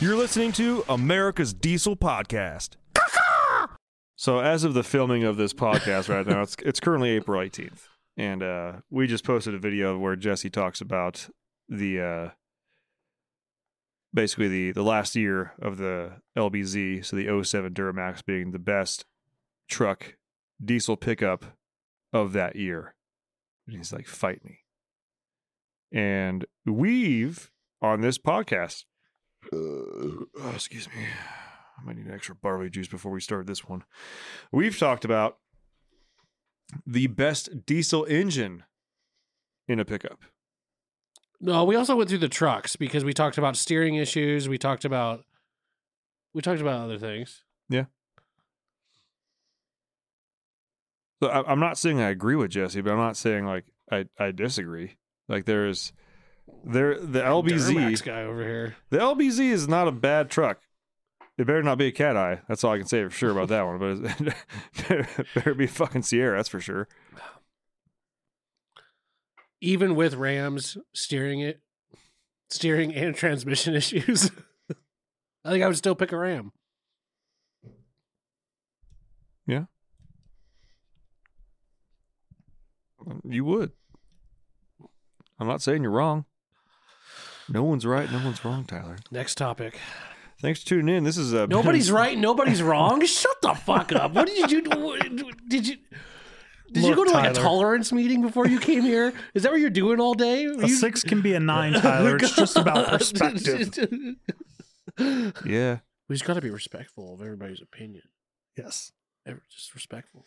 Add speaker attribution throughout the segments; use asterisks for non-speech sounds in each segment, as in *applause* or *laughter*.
Speaker 1: You're listening to America's Diesel Podcast. so, as of the filming of this podcast right now, it's it's currently April 18th, and uh, we just posted a video where Jesse talks about the uh, basically the the last year of the LBZ, so the 07 Duramax being the best truck diesel pickup of that year. And he's like, "Fight me." And we've on this podcast oh, excuse me. I might need an extra barley juice before we start this one. We've talked about the best diesel engine in a pickup.
Speaker 2: No, we also went through the trucks because we talked about steering issues. We talked about we talked about other things.
Speaker 1: So I, I'm not saying I agree with Jesse, but I'm not saying like I, I disagree. Like there is there the LBZ
Speaker 2: Duramax guy over here.
Speaker 1: The LBZ is not a bad truck. It better not be a cat eye. That's all I can say for sure about that one. But it *laughs* better be a fucking Sierra. That's for sure.
Speaker 2: Even with Rams steering it, steering and transmission *laughs* issues, I think I would still pick a Ram.
Speaker 1: You would. I'm not saying you're wrong. No one's right. No one's wrong, Tyler.
Speaker 2: Next topic.
Speaker 3: *laughs*
Speaker 1: Thanks for tuning in. This is uh, a
Speaker 2: Nobody's right. Nobody's wrong. Shut the fuck up. What did you do? What- Did you? Did you
Speaker 3: Look,
Speaker 2: go to like a
Speaker 3: Tyler.
Speaker 2: tolerance meeting before you came here? Is that what you're doing all day?
Speaker 3: A six can be a nine, Tyler. It's
Speaker 2: *laughs*
Speaker 3: just about perspective.
Speaker 1: *laughs* yeah.
Speaker 2: We just got to be respectful of everybody's opinion.
Speaker 3: Yes.
Speaker 2: Ever just respectful.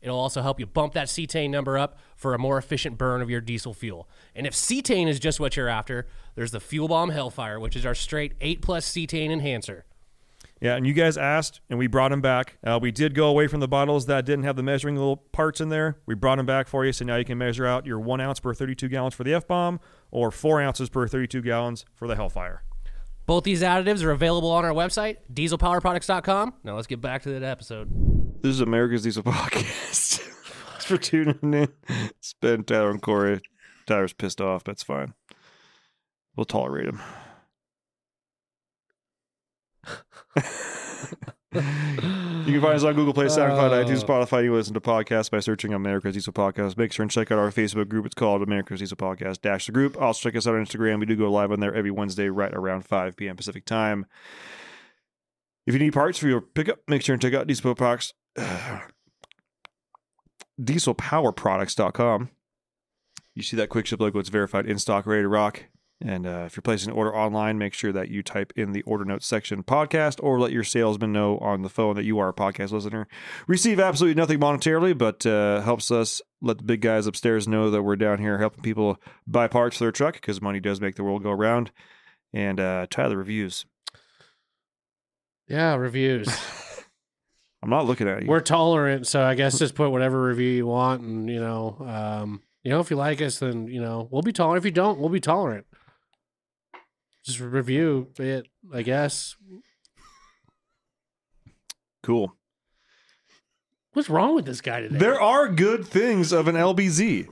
Speaker 4: It'll also help you bump that cetane number up for a more efficient burn of your diesel fuel. And if cetane is just what you're after, there's the Fuel Bomb Hellfire, which is our straight 8 plus cetane enhancer.
Speaker 1: Yeah, and you guys asked, and we brought them back. Uh, we did go away from the bottles that didn't have the measuring little parts in there. We brought them back for you, so now you can measure out your one ounce per 32 gallons for the F bomb, or four ounces per 32 gallons for the Hellfire.
Speaker 4: Both these additives are available on our website, dieselpowerproducts.com. Now let's get back to that episode.
Speaker 1: This is America's Diesel Podcast. *laughs* Thanks for tuning in. It's Ben, Tyler, and Corey. Tyler's pissed off. That's fine. We'll tolerate him. you can find us on Google Play, SoundCloud, iTunes, Spotify. You listen to podcasts by searching America's Diesel Podcast. Make sure and check out our Facebook group. It's called America's Diesel Podcast Dash the Group. Also check us out on Instagram. We do go live on there every Wednesday right around 5 p.m. Pacific time. If you need parts for your pickup, make sure and check out Diesel Products. *sighs* dieselpowerproducts.com. You see that quick ship logo, it's verified in stock, ready to rock. And uh, if you're placing an order online, make sure that you type in the order notes section podcast or let your salesman know on the phone that you are a podcast listener. Receive absolutely nothing monetarily, but uh, helps us let the big guys upstairs know that we're down here helping people buy parts for their truck because money does make the world go round. And uh, Tyler reviews.
Speaker 2: Yeah,
Speaker 4: *laughs*
Speaker 2: reviews.
Speaker 1: I'm not looking at you.
Speaker 2: We're tolerant, so I guess just put whatever review you want, and you know, um, you know, if you like us, then you know we'll be tolerant. If you don't, we'll be tolerant. Just review it, I guess.
Speaker 1: cool.
Speaker 2: What's wrong with this guy today?
Speaker 1: There are good things of an LBZ.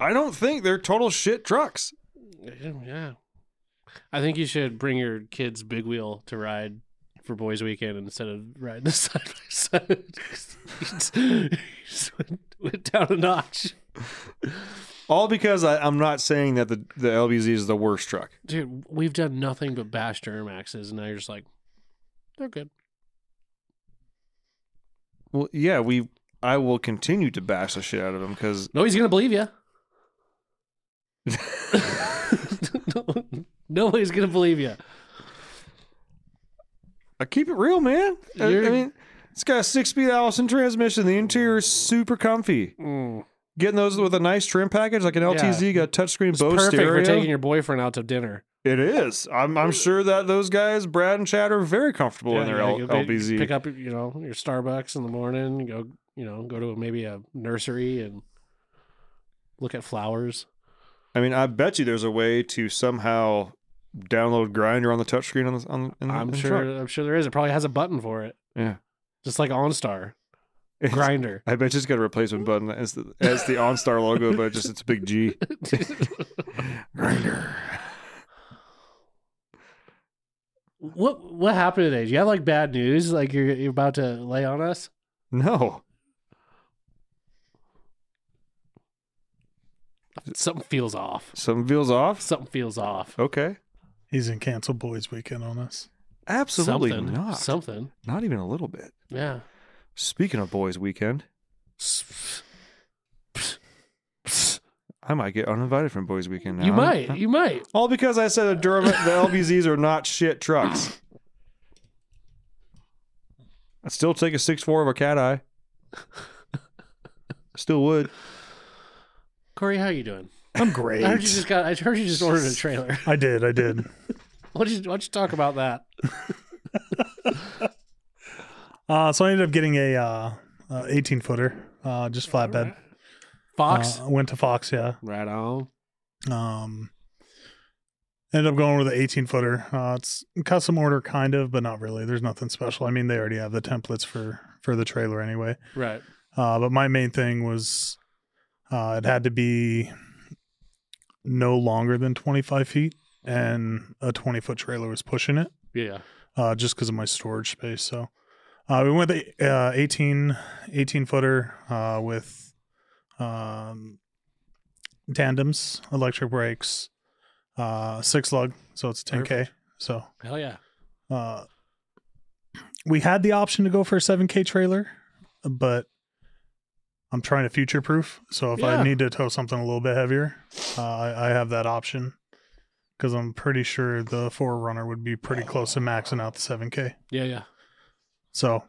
Speaker 1: I don't think they're total shit trucks.
Speaker 2: yeah. I think you should bring your kids' big wheel to ride for Boys Weekend instead of riding the *laughs* side by side. Just- just went- went down a notch,
Speaker 1: All because I, I'm not saying that the, the LBZ is the worst truck.
Speaker 2: dude. We've done nothing but bash Duramaxes, and now you're just like, they're good.
Speaker 1: Well, yeah, we I will continue to bash the shit out of him because
Speaker 2: No, he's gonna believe you. *laughs* Nobody's gonna believe you.
Speaker 1: I keep it real, man. I, I
Speaker 2: You're-
Speaker 1: mean, it's got a six-speed Allison transmission. The interior is super comfy.
Speaker 2: Mm.
Speaker 1: Getting those with a nice trim package, like an LTZ, got a touchscreen
Speaker 2: It's
Speaker 1: Bose
Speaker 2: perfect
Speaker 1: stereo.
Speaker 2: for taking your boyfriend out to dinner.
Speaker 1: it is. I'm, I'm sure that those guys, Brad and Chad, are very comfortable in their
Speaker 2: Yeah,
Speaker 1: L-
Speaker 2: you pick-
Speaker 1: LBZ.
Speaker 2: Pick up, you know, your Starbucks in the morning. Go, you know, go to maybe a nursery and look at flowers.
Speaker 1: I mean, I bet you there's a way to somehow download Grinder on the touchscreen on the, on, in the, in
Speaker 2: I'm
Speaker 1: the
Speaker 2: sure.
Speaker 1: truck.
Speaker 2: I'm sure there is. It probably has a button for it,
Speaker 1: Mm-hmm, Yeah.
Speaker 2: just
Speaker 1: *laughs*
Speaker 2: like OnStar,
Speaker 1: *laughs* It's-
Speaker 2: Grinder.
Speaker 1: I bet you it's got a replacement button as the, as the OnStar logo, but just it's a big G. Grinder.
Speaker 2: *laughs* What What happened today? Do you have like bad news? Like you're you're about to lay on us?
Speaker 1: No.
Speaker 2: Something feels off.
Speaker 1: Something feels off.
Speaker 2: Something feels off.
Speaker 1: Okay.
Speaker 3: He's in cancel boys weekend on us.
Speaker 1: Absolutely
Speaker 2: Something.
Speaker 1: not.
Speaker 2: Something.
Speaker 1: Not even a little bit.
Speaker 2: Yeah.
Speaker 1: Speaking of boys' weekend, I might get uninvited from boys' weekend now.
Speaker 2: You
Speaker 1: I'm-
Speaker 2: might. You might.
Speaker 1: All because I said the Durham, the LBZs are not shit trucks. I'd still take a six four of a cat eye. Still would.
Speaker 2: Corey, how you doing?
Speaker 3: I'm great.
Speaker 2: I heard you just got. I heard you just ordered a trailer. *laughs*
Speaker 3: I did. I did.
Speaker 2: What did you, why don't you talk about that?
Speaker 3: *laughs* Uh, so I ended up getting a uh, uh, 18 footer, uh, just flatbed.
Speaker 2: Fox.
Speaker 3: Uh, I went to Fox, yeah.
Speaker 2: right on.
Speaker 3: Um, ended up going with an 18 footer. Uh, it's custom order, kind of, but not really. There's nothing special. I mean, they already have the templates for for the trailer anyway.
Speaker 2: Right.
Speaker 3: Uh, but my main thing was uh, it had to be no longer than 25 feet, and a 20 foot trailer was pushing it
Speaker 2: Yeah.
Speaker 3: uh, just because of my storage space. So uh, we went with the uh, 18, 18 footer uh, with um, tandems, electric brakes, uh, six lug. So it's 10K. So
Speaker 2: Hell yeah.
Speaker 3: uh, we had the option to go for a 7K trailer, but I'm trying to future proof. So if
Speaker 2: Yeah.
Speaker 3: I need to tow something a little bit heavier, uh, I I have that option because I'm pretty sure the Forerunner would be pretty close to maxing out the 7K.
Speaker 2: Yeah. Yeah.
Speaker 3: So,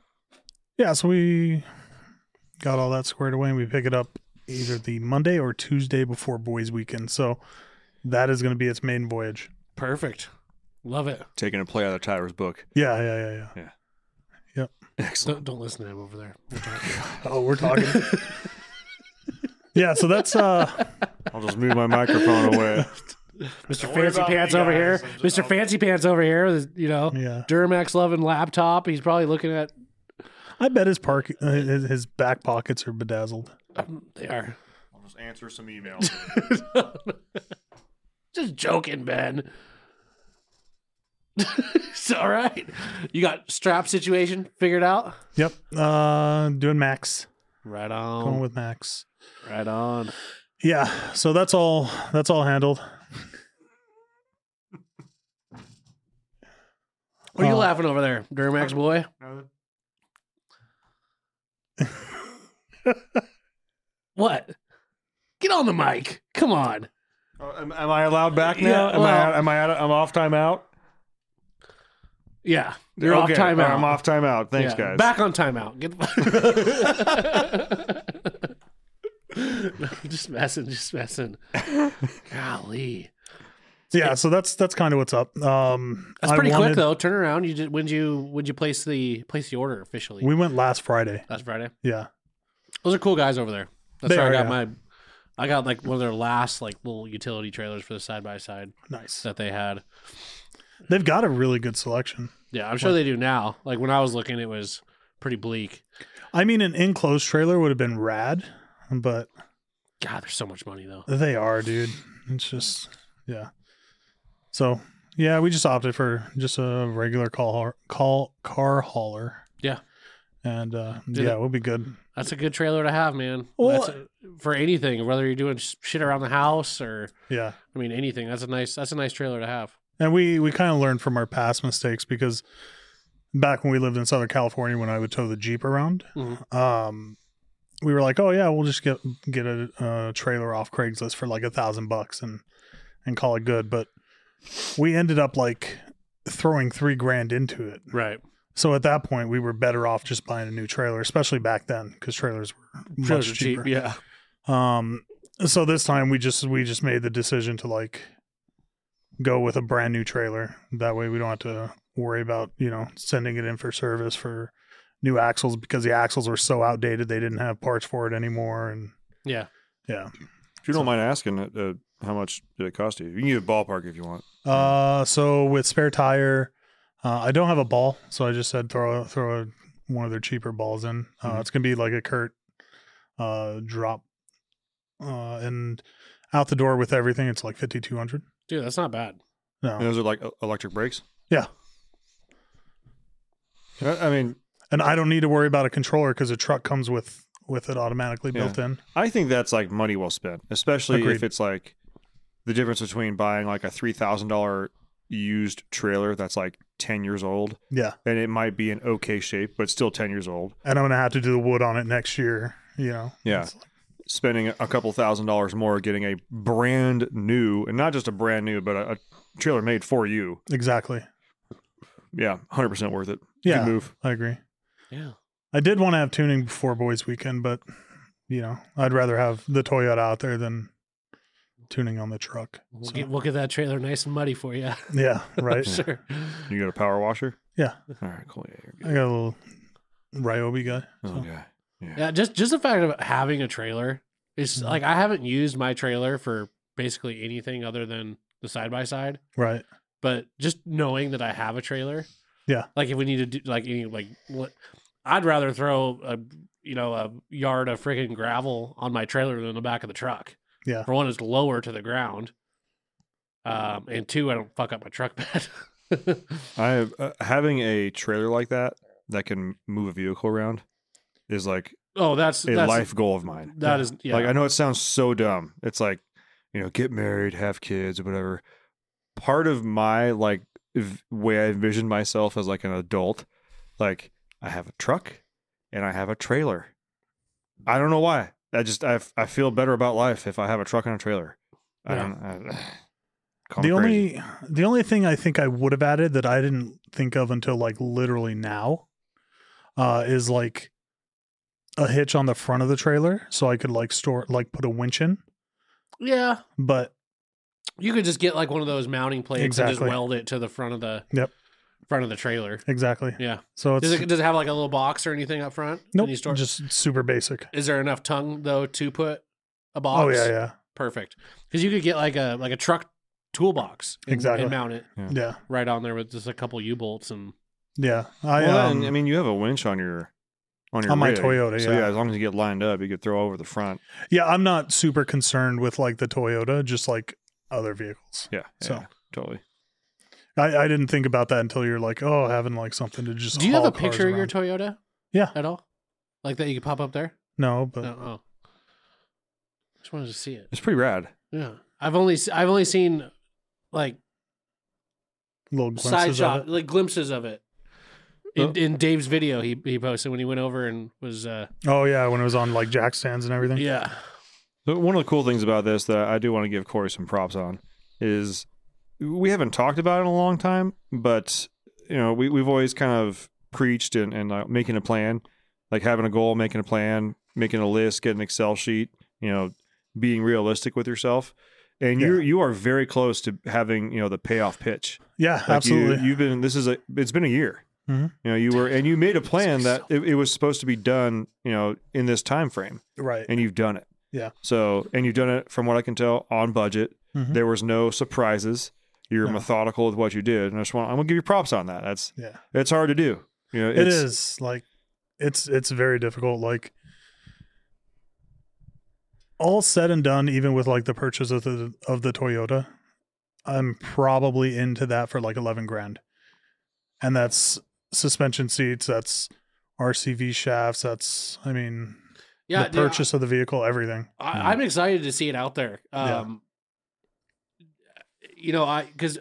Speaker 3: yeah, so we got all that squared away and we pick it up either the Monday or Tuesday before boys' weekend. So that is going to be its main voyage.
Speaker 2: Perfect. Love it.
Speaker 1: Taking a play out of Tyler's book.
Speaker 3: Yeah, yeah, yeah, yeah.
Speaker 1: Excellent.
Speaker 2: Don't, don't listen to him over there.
Speaker 3: Oh, we're talking. *laughs* yeah, so that's uh
Speaker 1: I'll just move my microphone away.
Speaker 2: *laughs* Mr.
Speaker 5: worry
Speaker 2: Fancy
Speaker 5: about me,
Speaker 2: Pants over here.
Speaker 5: guys. I'm just-
Speaker 2: Mr.
Speaker 5: I'll-
Speaker 2: Fancy Pants over here. this- You know,
Speaker 3: yeah.
Speaker 2: Duramax loving laptop. He's probably looking at.
Speaker 3: I bet his park uh, his his back pockets are bedazzled.
Speaker 2: Um, they are
Speaker 1: I'll just answer some emails.
Speaker 2: just joking, Ben. *laughs* it's all right. You got strap situation figured out.
Speaker 3: Yep. Uh doing max.
Speaker 2: Right
Speaker 3: Going
Speaker 2: on.
Speaker 3: with max.
Speaker 2: right on.
Speaker 3: Yeah, so that's all that's all handled.
Speaker 2: What are you
Speaker 3: Uh,
Speaker 2: laughing over there, Duramax boy? What? Get on the mic. Come on.
Speaker 1: Oh, am, am I allowed back now?
Speaker 2: Yeah,
Speaker 1: am I
Speaker 2: well-
Speaker 1: out, am I out, I'm off time out?
Speaker 2: Yeah. You're off
Speaker 1: Okay,
Speaker 2: timeout.
Speaker 1: I'm off time out. Thanks,
Speaker 2: Yeah,
Speaker 1: guys.
Speaker 2: Back on timeout. Get the No, *laughs* just messing, just messing. Golly.
Speaker 3: Yeah, so that's that's kind of what's up. Um
Speaker 2: That's
Speaker 3: I
Speaker 2: pretty quick
Speaker 3: wanted-
Speaker 2: though. Turn around. You did when did you when did you place the place the order officially?
Speaker 3: We went last Friday.
Speaker 2: Last Friday.
Speaker 3: Yeah.
Speaker 2: Those are cool guys over there. That's
Speaker 3: They
Speaker 2: where I
Speaker 3: are,
Speaker 2: got
Speaker 3: yeah.
Speaker 2: my I got like one of their last like little utility trailers for the side by side
Speaker 3: Nice.
Speaker 2: that they had.
Speaker 3: They've got a really good selection.
Speaker 2: Yeah, I'm sure they do now. Like when I was looking, it was pretty bleak.
Speaker 3: I mean an enclosed trailer would have been rad, but
Speaker 2: God, there's so much money though.
Speaker 3: They are, dude. It's just, yeah. So, yeah, we just opted for just a regular call haul- call car hauler.
Speaker 2: Yeah.
Speaker 3: And uh,
Speaker 2: Did
Speaker 3: yeah,
Speaker 2: it-
Speaker 3: we'll be good.
Speaker 2: That's a good trailer to have, man.
Speaker 3: Well-
Speaker 2: That's a- for anything, whether you're doing sh- shit around the house or
Speaker 3: Yeah.
Speaker 2: I mean anything, that's a nice that's a nice trailer to have.
Speaker 3: And we we kind of learned from our past mistakes because back when we lived in Southern California, when I would tow the Jeep around,
Speaker 2: Mhm.
Speaker 3: um, we were like, oh yeah, we'll just get get a, uh trailer off Craigslist for like a thousand bucks and and call it good. But we ended up like throwing three grand into it.
Speaker 2: Right.
Speaker 3: So at that point, we were better off just buying a new trailer, especially back then because trailers were much
Speaker 2: Trailers are
Speaker 3: cheaper.
Speaker 2: cheap. Yeah.
Speaker 3: Um, so this time we just we just made the decision to like go with a brand new trailer. That way we don't have to worry about you know sending it in for service for new axles because the axles were so outdated they didn't have parts for it anymore. And
Speaker 2: Yeah.
Speaker 3: yeah,
Speaker 1: If you don't mind asking, uh, how much did it cost you? You can give a ballpark if you want.
Speaker 3: uh, so with spare tire, uh, I don't have a ball, so I just said throw throw a, one of their cheaper balls in. Uh,
Speaker 1: Mhm.
Speaker 3: It's gonna be like a Kurt uh drop, uh, and out the door with everything. It's like fifty two hundred.
Speaker 2: Dude, that's not bad.
Speaker 3: No.
Speaker 1: And *laughs* those are like e- electric brakes.
Speaker 3: Yeah.
Speaker 1: I I mean,
Speaker 3: and I don't need to worry about a controller because the truck comes with with it automatically
Speaker 1: Yeah.
Speaker 3: built in.
Speaker 1: I think that's like money well spent, especially if
Speaker 3: Agreed.
Speaker 1: it's like the difference between buying like a three thousand dollar used trailer that's like ten years old
Speaker 3: Yeah,
Speaker 1: and it might be in okay shape but still ten years old,
Speaker 3: and I'm gonna have to do the wood on it next year. You know.
Speaker 1: Yeah.
Speaker 3: It's-
Speaker 1: spending a couple thousand dollars more getting a brand new and not just a brand new but a, a trailer made for you.
Speaker 3: exactly.
Speaker 1: Yeah, hundred percent worth it.
Speaker 3: Yeah,
Speaker 1: Good move.
Speaker 3: I agree.
Speaker 2: Yeah.
Speaker 3: I did want to have tuning before Boys Weekend, but you know, I'd rather have the Toyota out there than tuning on the truck.
Speaker 2: We'll,
Speaker 3: So-
Speaker 2: get, we'll get that trailer nice and muddy for you.
Speaker 3: yeah,
Speaker 2: *laughs*
Speaker 1: *laughs*
Speaker 3: right.
Speaker 2: sure.
Speaker 1: You got a power washer?
Speaker 3: Yeah.
Speaker 1: All right, cool. Yeah, you're
Speaker 3: I
Speaker 1: good.
Speaker 3: got a little Ryobi guy. so-
Speaker 1: Okay. Yeah.
Speaker 2: Yeah, just just the fact of having a trailer is
Speaker 3: Mhm.
Speaker 2: like I haven't used my trailer for basically anything other than the side by side.
Speaker 3: Right.
Speaker 2: But just knowing that I have a trailer,
Speaker 3: Yeah.
Speaker 2: like if we need to do like any like what, I'd rather throw a you know a yard of freaking gravel on my trailer than the back of the truck.
Speaker 3: Yeah.
Speaker 2: for one, it's lower to the ground, um, and two, I don't fuck up my truck *laughs* bed.
Speaker 1: I have, uh, having a trailer like that that can move a vehicle around is like
Speaker 2: oh, that's
Speaker 1: a
Speaker 2: that's
Speaker 1: life goal of mine.
Speaker 2: that is yeah.
Speaker 1: Like I know it sounds so dumb. It's like you know, get married, have kids, or whatever. Part of my like v- way I envision myself as like an adult, like I have a truck and I have a trailer. I don't know why. I just I, f- I feel better about life if I have a truck and a trailer. I
Speaker 2: Yeah.
Speaker 1: don't. I, *sighs* call me crazy.
Speaker 3: the only the only thing I think I would have added that I didn't think of until like literally now uh is like a hitch on the front of the trailer so I could like store like put a winch in
Speaker 2: yeah.
Speaker 3: but
Speaker 2: You could just get like one of those mounting plates and
Speaker 3: Exactly.
Speaker 2: just weld it to the front of the
Speaker 3: Yep.
Speaker 2: front of the trailer.
Speaker 3: exactly
Speaker 2: Yeah.
Speaker 3: so it's
Speaker 2: Does it, does it have like a little box or anything up front?
Speaker 3: nope
Speaker 2: And you store-
Speaker 3: just super basic
Speaker 2: is there enough tongue though to put a box?
Speaker 3: oh yeah yeah
Speaker 2: Perfect. Because you could get like a like a truck toolbox and,
Speaker 3: Exactly.
Speaker 2: and mount it
Speaker 3: yeah
Speaker 2: right on there with just a couple U bolts and
Speaker 3: yeah I
Speaker 1: well,
Speaker 3: um,
Speaker 1: then, I mean, you have a winch on your on your
Speaker 3: On my
Speaker 1: rig.
Speaker 3: Toyota,
Speaker 1: So
Speaker 3: yeah.
Speaker 1: yeah, as long as you get lined up, you could throw over the front.
Speaker 3: yeah I'm not super concerned with like the Toyota just like other vehicles
Speaker 1: Yeah,
Speaker 3: So-
Speaker 1: yeah, totally.
Speaker 3: I, I didn't think about that until you're like oh having like something to just
Speaker 2: Do you have
Speaker 3: haul
Speaker 2: a
Speaker 3: cars
Speaker 2: picture of your
Speaker 3: around.
Speaker 2: Toyota?
Speaker 3: Yeah. Uh,
Speaker 2: At all? Like that you could pop up there?
Speaker 3: no but
Speaker 2: No, oh. Just wanted to see it.
Speaker 1: It's pretty rad.
Speaker 2: Yeah. I've only se- I've only seen like
Speaker 3: little glimpses
Speaker 2: side
Speaker 3: of
Speaker 2: shot,
Speaker 3: it.
Speaker 2: like glimpses of it. In, in Dave's video, he he posted when he went over and was uh
Speaker 3: Oh yeah, when it was on like jack stands and everything.
Speaker 2: yeah
Speaker 1: So one of the cool things about this that I do want to give Corey some props on is we haven't talked about it in a long time, but you know we we've always kind of preached and and uh, making a plan, like having a goal, making a plan, making a list, getting an Excel sheet, you know, being realistic with yourself. And you
Speaker 3: Yeah.
Speaker 1: you are very close to having you know the payoff pitch.
Speaker 3: Yeah,
Speaker 1: Like
Speaker 3: absolutely.
Speaker 1: You, you've been. This is a. It's been a year.
Speaker 3: Mhm.
Speaker 1: You know, you were, and you made a plan that it, it was supposed to be done. You know, in this time frame,
Speaker 3: right.
Speaker 1: and you've done it.
Speaker 3: Yeah.
Speaker 1: So, and you've done it from what I can tell on budget.
Speaker 3: Mhm.
Speaker 1: There was no surprises. You're
Speaker 3: No.
Speaker 1: methodical with what you did, and I just want. I'm gonna give you props on that. That's
Speaker 3: Yeah.
Speaker 1: it's hard to do. You know, it's,
Speaker 3: It is like it's it's very difficult. Like all said and done, even with like the purchase of the of the Toyota, I'm probably into that for like eleven grand. And that's suspension seats, that's RCV shafts, that's I mean
Speaker 2: yeah.
Speaker 3: the
Speaker 2: dude, I-
Speaker 3: purchase of the vehicle, everything.
Speaker 2: I, I'm excited to see it out there.
Speaker 3: Hmm. Yeah.
Speaker 2: Um, you know, I because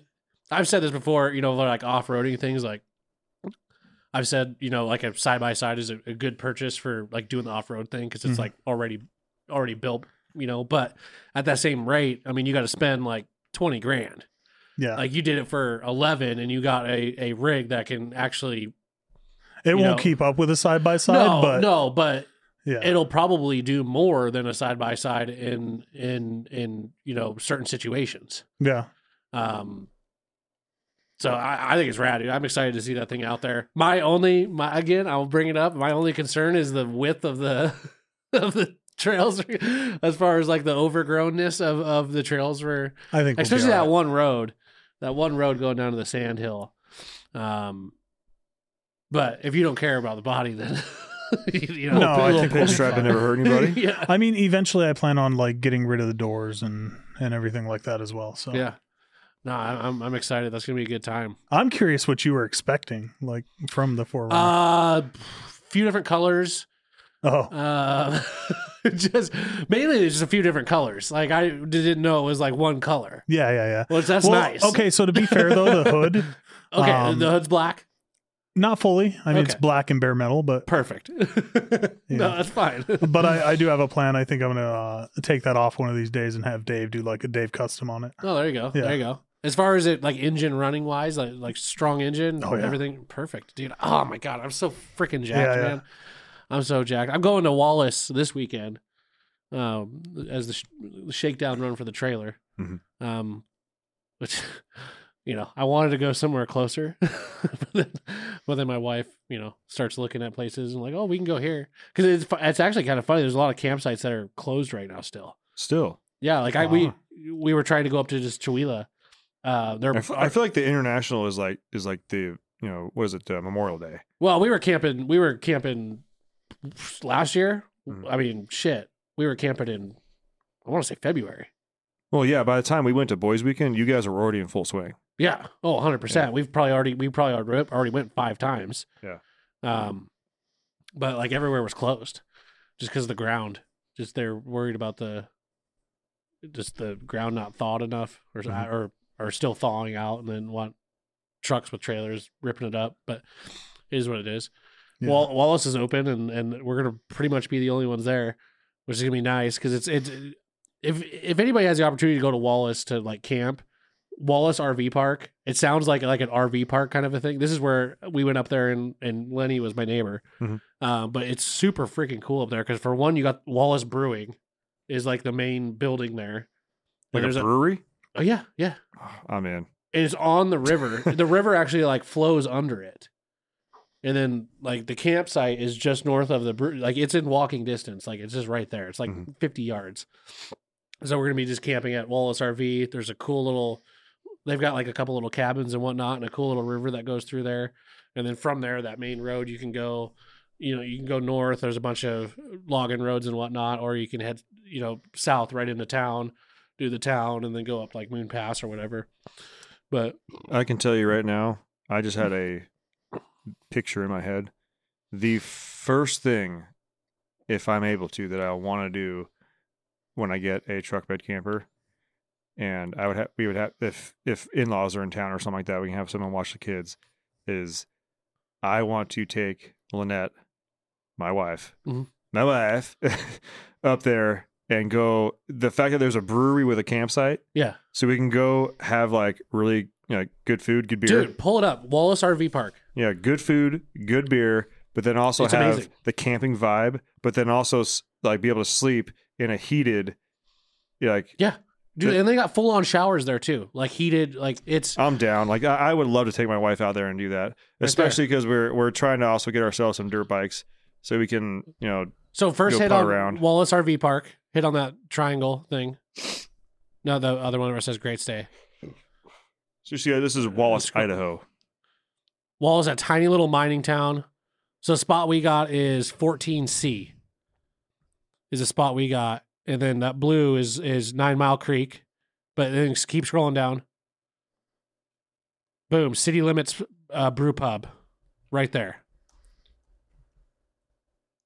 Speaker 2: I've said this before. You know, like off roading things, like I've said, you know, like a side by side is a, a good purchase for like doing the off road thing because it's
Speaker 3: Mhm.
Speaker 2: like already already built, you know. But at that same rate, I mean, you got to spend like twenty grand.
Speaker 3: Yeah,
Speaker 2: Like you did it for eleven, and you got a a rig that can actually
Speaker 3: it
Speaker 2: you know-
Speaker 3: won't keep up with a side by side,
Speaker 2: no
Speaker 3: but
Speaker 2: no, but
Speaker 3: yeah,
Speaker 2: it'll probably do more than a side by side in in in you know certain situations.
Speaker 3: yeah.
Speaker 2: Um, so I, I think it's rad. Dude. I'm excited to see that thing out there. My only, my again, I'll bring it up. My only concern is the width of the *laughs* of the trails, *laughs* as far as like the overgrownness of of the trails were,
Speaker 3: I think we'll be
Speaker 2: especially
Speaker 3: all
Speaker 2: that
Speaker 3: right.
Speaker 2: one road, that one road going down to the sand hill. Um, but if you don't care about the body, then *laughs* you know,
Speaker 3: No, I
Speaker 2: little
Speaker 1: Pinch
Speaker 3: think we'll
Speaker 2: pull-
Speaker 1: strap and never
Speaker 3: *laughs*
Speaker 1: hurt anybody.
Speaker 2: *laughs* yeah,
Speaker 3: I mean, eventually, I plan on like getting rid of the doors and and everything like that as well. So
Speaker 2: yeah. No, I- I'm I'm excited. That's gonna be a good time.
Speaker 3: I'm curious what you were expecting, like from the forerunner.
Speaker 2: Uh, few different colors.
Speaker 3: oh,
Speaker 2: Uh, *laughs* just mainly there's just a few different colors. Like I didn't know it was like one color.
Speaker 3: yeah, yeah, yeah.
Speaker 2: Well, that's
Speaker 3: Well,
Speaker 2: nice.
Speaker 3: Okay, so to be fair
Speaker 2: *laughs*
Speaker 3: though, the hood
Speaker 2: Okay.
Speaker 3: um,
Speaker 2: the hood's black.
Speaker 3: not fully. I mean, it's
Speaker 2: Okay.
Speaker 3: black and bare metal, but
Speaker 2: Perfect. *laughs* No, that's fine. *laughs*
Speaker 3: but I, I do have a plan. I think I'm gonna uh, take that off one of these days and have Dave do like a Dave custom on it.
Speaker 2: oh, there you go.
Speaker 3: Yeah.
Speaker 2: There you go. As far as it like engine running wise, like like strong engine,
Speaker 3: Oh, yeah.
Speaker 2: everything perfect, dude. Oh my god, I'm so freaking jacked,
Speaker 3: Yeah, yeah.
Speaker 2: man. I'm so jacked. I'm going to Wallace this weekend, um, as the sh- shakedown run for the trailer.
Speaker 1: Mhm.
Speaker 3: Mm-hmm.
Speaker 2: Um, which *laughs* you know, I wanted to go somewhere closer, *laughs* but, then, but then my wife, you know, starts looking at places and like, oh, we can go here because it's fu- it's actually kind of funny. There's a lot of campsites that are closed right now still.
Speaker 1: Still,
Speaker 2: Yeah, like I we we were trying to go up to just Chihuahua. Uh, there,
Speaker 1: I f- I feel like the international is like is like the you know what is it uh, Memorial Day?
Speaker 2: well, we were camping. We were camping last year.
Speaker 1: Mhm.
Speaker 2: I mean, shit, we were camping in. I want to say February.
Speaker 1: Well, yeah. By the time we went to Boys Weekend, you guys were already in full swing.
Speaker 2: Yeah. Oh, 100 percent. We've probably already we probably already already went five times.
Speaker 1: Yeah.
Speaker 2: Um, but like everywhere was closed, just because the ground. Just they're worried about the, just the ground not thawed enough, or
Speaker 1: Mhm.
Speaker 2: or or still thawing out, and then want trucks with trailers ripping it up. But it is what it is.
Speaker 3: Yeah.
Speaker 2: Wall- Wallace is open, and and we're gonna pretty much be the only ones there, which is gonna be nice because it's it's if if anybody has the opportunity to go to Wallace to like camp, Wallace RV Park. It sounds like like an RV park kind of a thing. This is where we went up there, and and Lenny was my neighbor.
Speaker 1: Mhm.
Speaker 2: Uh, but it's super freaking cool up there because for one, you got Wallace Brewing is like the main building there.
Speaker 1: Like
Speaker 2: And
Speaker 1: a
Speaker 2: there's a-
Speaker 1: brewery.
Speaker 2: Oh yeah, yeah.
Speaker 1: Oh, I'm in.
Speaker 2: And it's on the river. the river actually like flows under it. And then like the campsite is just north of the brew- like it's in walking distance. Like it's just right there. It's like
Speaker 1: Mhm.
Speaker 2: 50 yards. So we're going to be just camping at Wallace RV. There's a cool little they've got like a couple little cabins and whatnot and a cool little river that goes through there. And then from there that main road you can go you know, you can go north. There's a bunch of logging roads and whatnot, or you can head, you know, south right into town, do the town, and then go up like Moon Pass or whatever. But
Speaker 1: I can tell you right now, I just had a picture in my head. The first thing, if I'm able to, that I want to do when I get a truck bed camper, and I would have, we would have, if if in laws are in town or something like that, we can have someone watch the kids. Is I want to take Lynette, my wife,
Speaker 2: Mhm.
Speaker 1: my wife, *laughs* up there and go. The fact that there's a brewery with a campsite
Speaker 2: yeah,
Speaker 1: so we can go have like really you know, good food, good beer.
Speaker 2: dude, pull it up, Wallace RV Park.
Speaker 1: Yeah, good food, good beer, but then also
Speaker 2: It's
Speaker 1: have
Speaker 2: amazing.
Speaker 1: the camping vibe, but then also s- like be able to sleep in a heated, yeah, like
Speaker 2: Dude,
Speaker 1: Good.
Speaker 2: and they got full on showers there too, like heated, like it's
Speaker 1: I'm down. Like I, I would love to take my wife out there and do that,
Speaker 2: there.
Speaker 1: especially because we're we're trying to also get ourselves some dirt bikes so we can you know
Speaker 2: so first
Speaker 1: Go
Speaker 2: hit
Speaker 1: putt
Speaker 2: on
Speaker 1: around.
Speaker 2: Wallace RV Park, hit on that triangle thing. No, the other one where it says Great Stay.
Speaker 1: so you see this is Wallace,
Speaker 2: cool.
Speaker 1: Idaho.
Speaker 2: Wall is a tiny little mining town. So the spot we got is 14C. Is a spot we got, and then that blue is is Nine Mile Creek, but then just keep scrolling down. Boom! City limits uh, brew pub, right there.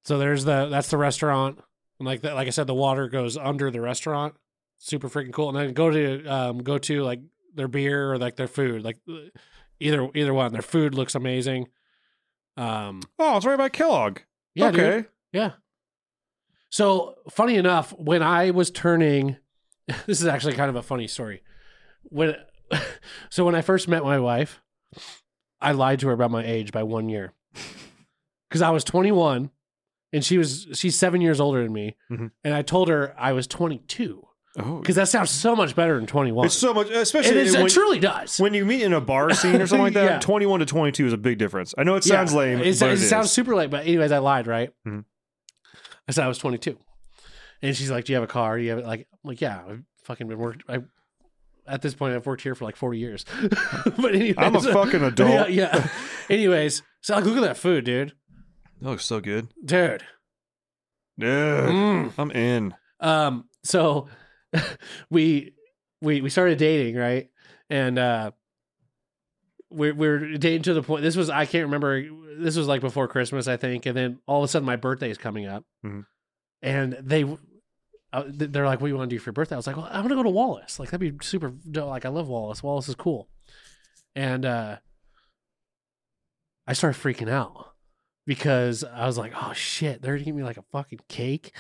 Speaker 2: So there's the that's the restaurant, and like that, like I said, the water goes under the restaurant. Super freaking cool. And then go to um go to like their beer or like their food, like either either one. Their food looks amazing. Um,
Speaker 1: Oh, it's right by Kellogg.
Speaker 2: yeah, dude.
Speaker 1: okay.
Speaker 2: Yeah. So funny enough, when I was turning, *laughs* this is actually kind of a funny story. When *laughs* so when I first met my wife, I lied to her about my age by
Speaker 1: *laughs*
Speaker 2: one year because I was 21, and she was she's seven years older than me,
Speaker 1: Mhm.
Speaker 2: and I told her I was 22
Speaker 1: Oh,
Speaker 2: because that sounds so much better than 21.
Speaker 1: it's so much,
Speaker 2: it,
Speaker 1: especially
Speaker 2: is,
Speaker 1: when,
Speaker 2: it truly does.
Speaker 1: when you meet in a bar scene or something like that.
Speaker 2: Yeah.
Speaker 1: 21 to 22 is a big difference. I know it sounds
Speaker 2: Yeah.
Speaker 1: lame,
Speaker 2: It's-
Speaker 1: but
Speaker 2: it,
Speaker 1: it is.
Speaker 2: sounds super lame. But anyways, I lied, right?
Speaker 1: Mhm.
Speaker 2: I said I was 22, and she's like, "Do you have a car? Do you have it?" Like, I'm like, yeah, I've fucking been worked. I at this point, I've worked here for like 40 years. *laughs* but anyways, *laughs*
Speaker 1: I'm a fucking
Speaker 2: yeah,
Speaker 1: adult.
Speaker 2: yeah. anyways, so like, look at that food, dude,
Speaker 1: *laughs* That looks so good.
Speaker 2: dude.
Speaker 1: Yeah,
Speaker 2: Mm.
Speaker 1: I'm in.
Speaker 2: Um, so *laughs* we we we started dating, right? And uh we're we're dating to the point this was I can't remember this was like before Christmas, I think, and then all of a sudden my birthday is coming up.
Speaker 1: Mhm.
Speaker 2: And they uh, th- they're like, "What do you want to do for your birthday?" I was like, "Well, I want to go to Wallace. Like that'd be super dope. Like I love Wallace. Wallace is cool." And uh I started freaking out because I was like, "Oh shit, they're gonna give me like a fucking cake."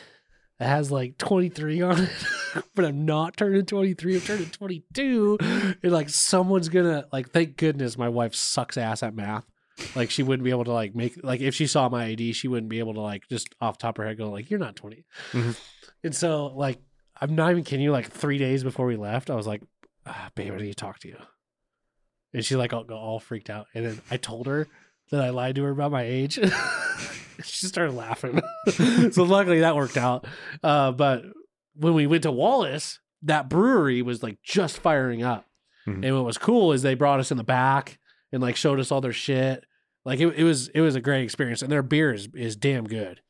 Speaker 2: that has like 23 on it, *laughs* but I'm not turning 23. I'm turning 22. And like someone's gonna like, thank goodness my wife sucks ass at math. Like she wouldn't be able to like make like if she saw my ID, she wouldn't be able to like just off the top of her head go like, you're not 20.
Speaker 1: Mhm.
Speaker 2: And so like I'm not even kidding you. Like three days before we left, I was like, ah, babe, I need to talk to you. And she like all, all freaked out. And then I told her that I lied to her about my age. *laughs* she started laughing. *laughs* so luckily that worked out. Uh, but when we went to Wallace, that brewery was like just firing up.
Speaker 1: Mhm.
Speaker 2: And what was cool is they brought us in the back and like showed us all their shit. Like it, it was it was a great experience, and their beer is is damn good.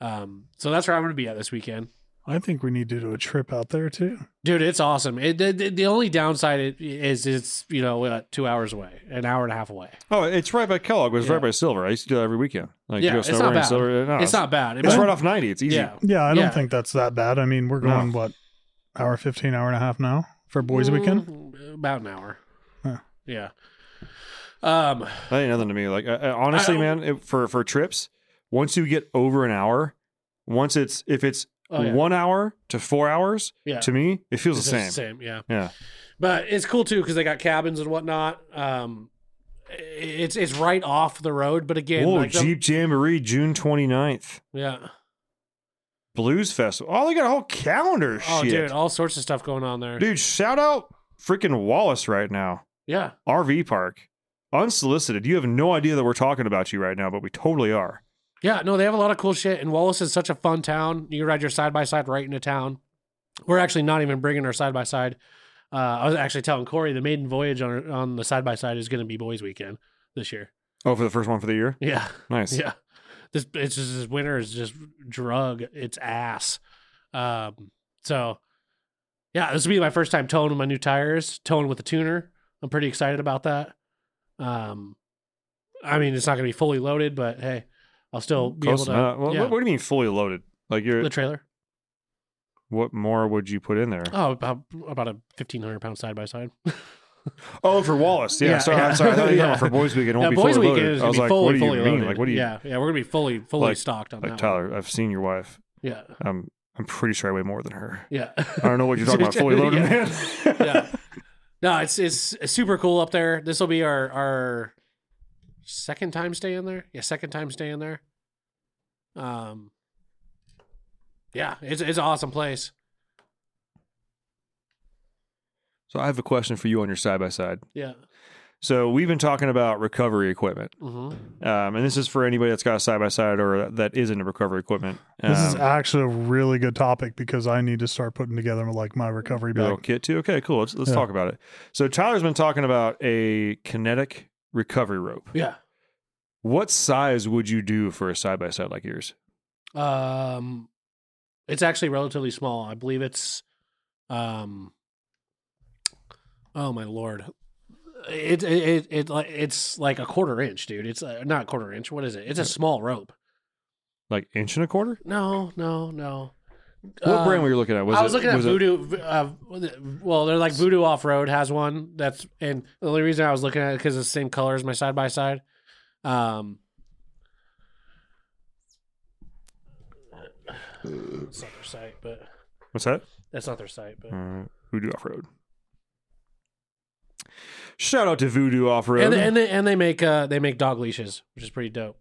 Speaker 2: Um, so that's where I'm gonna be at this weekend,
Speaker 3: I think we need to do a trip out there too.
Speaker 2: dude. It's awesome. It, the, the- the only downside i- is it's you know uh, two hours away, an hour and a half away.
Speaker 1: Oh, it's right by Kellogg. It was
Speaker 2: Yeah.
Speaker 1: right by Silver. I used to do that every weekend. Like
Speaker 2: Yeah,
Speaker 1: go
Speaker 2: it's not
Speaker 1: snowboarding in
Speaker 2: bad.
Speaker 1: Silver. No,
Speaker 2: it's not bad. It
Speaker 1: Oh, It's
Speaker 2: might-
Speaker 1: right off 90. It's easy.
Speaker 2: yeah.
Speaker 3: Yeah, I don't
Speaker 2: Yeah.
Speaker 3: think that's that bad. I mean, we're
Speaker 1: No.
Speaker 3: going what hour fifteen, hour and a half now for boys' weekend.
Speaker 2: Mm, About an hour.
Speaker 3: Huh.
Speaker 2: Yeah. Um.
Speaker 1: That ain't nothing to me. Like I, I- honestly,
Speaker 2: I-
Speaker 1: man, it, for for trips, once you get over an hour, once it's if it's
Speaker 2: Oh, yeah.
Speaker 1: one hour to four hours,
Speaker 2: Yeah.
Speaker 1: to me it feels
Speaker 2: It's
Speaker 1: the
Speaker 2: just
Speaker 1: same.
Speaker 2: Yeah.
Speaker 1: Yeah.
Speaker 2: But it's cool too because they got cabins and whatnot. Um, i- it's it's right off the road, but again,
Speaker 1: Whoa,
Speaker 2: like the-
Speaker 1: Jeep Jamboree, June 29th.
Speaker 2: yeah.
Speaker 1: Blues Festival. Oh, they got a whole calendar.
Speaker 2: Oh,
Speaker 1: shit.
Speaker 2: dude, all sorts of stuff going on there.
Speaker 1: Dude, shout out freaking Wallace right now.
Speaker 2: Yeah.
Speaker 1: RV park. Unsolicited. You have no idea that we're talking about you right now, but we totally are.
Speaker 2: Yeah, no, they have a lot of cool shit, and Wallace is such a fun town. You can ride your side by side right into town. We're actually not even bringing our side by side. Uh, I was actually telling Corey the maiden voyage on on the side by side is going to be boys' weekend this year.
Speaker 1: Oh, for the first one for the year?
Speaker 2: Yeah,
Speaker 1: Nice.
Speaker 2: *laughs* yeah. This it's just this winter is just drug its ass. Um, so yeah, this will be my first time towing with my new tires, towing with the tuner. I'm pretty excited about that. Um, I mean, it's not going to be fully loaded, but hey, I'll still be
Speaker 1: Close
Speaker 2: able to.
Speaker 1: enough. Well,
Speaker 2: yeah.
Speaker 1: what, what do you mean fully loaded? Like you're
Speaker 2: the trailer.
Speaker 1: what more would you put in there?
Speaker 2: Oh, about about a fifteen hundred pound side by side.
Speaker 1: Oh, for Wallace. *laughs* Yeah.
Speaker 2: Yeah,
Speaker 1: sorry,
Speaker 2: yeah.
Speaker 1: I'm sorry. I thought you were talking about
Speaker 2: Yeah.
Speaker 1: for Boys Weekend. It
Speaker 2: Yeah,
Speaker 1: won't be
Speaker 2: boys'
Speaker 1: fully
Speaker 2: weekend
Speaker 1: loaded.
Speaker 2: is
Speaker 1: I
Speaker 2: gonna
Speaker 1: was
Speaker 2: be
Speaker 1: like,
Speaker 2: fully,
Speaker 1: what do you
Speaker 2: fully
Speaker 1: mean?
Speaker 2: loaded.
Speaker 1: Like, what do you?
Speaker 2: Yeah, yeah, we're gonna be fully, fully
Speaker 1: Like-
Speaker 2: stocked on
Speaker 1: Like
Speaker 2: that.
Speaker 1: Tyler, I've seen your wife.
Speaker 2: one. Yeah,
Speaker 1: I'm I'm pretty sure I weigh more than her.
Speaker 2: yeah. *laughs*
Speaker 1: I don't know what you're talking about. Fully *laughs* loaded,
Speaker 2: Yeah.
Speaker 1: man.
Speaker 2: yeah. No, it's it's super cool up there. This will be our our second time staying there. Yeah, second time staying there. Um. Yeah, it's it's an awesome place.
Speaker 1: So I have a question for you on your side by side.
Speaker 2: Yeah.
Speaker 1: So we've been talking about recovery equipment,
Speaker 2: hmm
Speaker 1: um, and this is for anybody that's got a side by side or that is into recovery equipment. Um,
Speaker 3: This is actually a really good topic because I need to start putting together like my recovery
Speaker 1: your little
Speaker 3: bag.
Speaker 1: kit too. Okay, cool. Let's let's
Speaker 3: Yeah.
Speaker 1: talk about it. So Tyler's been talking about a kinetic recovery rope.
Speaker 2: Yeah.
Speaker 1: What size would you do for a side by side like yours?
Speaker 2: Um, it's actually relatively small. I believe it's, um, oh my lord, it it it, it like it's like a quarter inch, dude. It's uh not quarter inch. What is it? It's a small rope.
Speaker 1: Like inch and a quarter?
Speaker 2: No, no, no.
Speaker 1: What
Speaker 2: Um,
Speaker 1: brand were you looking at? Was
Speaker 2: I was
Speaker 1: it,
Speaker 2: looking at
Speaker 1: was it-
Speaker 2: Voodoo. Uh, well, they're like Voodoo Off Road has one. That's and the only reason I was looking at it because it's the same color as my side by side. Um, That's not their site, but
Speaker 1: What's that?
Speaker 2: that's not their site. But
Speaker 1: Uh, Voodoo Off Road. Shout out to Voodoo Off Road.
Speaker 2: and they, and they and they make uh they make dog leashes, which is pretty dope.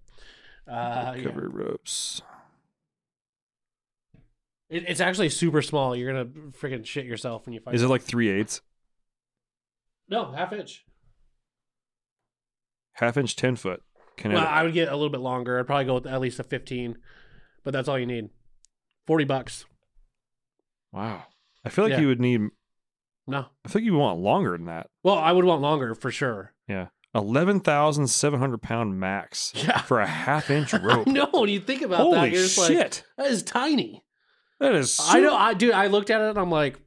Speaker 2: Uh, yeah.
Speaker 1: Cover ropes.
Speaker 2: It, it's actually super small. You're gonna freaking shit yourself when you find
Speaker 1: Is it like three eighths?
Speaker 2: No, half inch.
Speaker 1: Half inch, ten foot. Can
Speaker 2: Well, I would get a little bit longer. I'd probably go with at least a 15, but that's all you need. 40 bucks.
Speaker 1: wow. I feel like
Speaker 2: Yeah.
Speaker 1: you would need.
Speaker 2: No.
Speaker 1: I think you would want longer than that.
Speaker 2: Well, I would want longer for sure. *laughs*
Speaker 1: Yeah, eleven thousand seven hundred pound max
Speaker 2: Yeah.
Speaker 1: for a half
Speaker 2: *laughs*
Speaker 1: inch rope.
Speaker 2: No, when you think about
Speaker 1: Holy
Speaker 2: that, you're just
Speaker 1: shit!
Speaker 2: like, that is tiny.
Speaker 1: that is.
Speaker 2: I
Speaker 1: su-
Speaker 2: know. I dude, I looked at it and I'm like,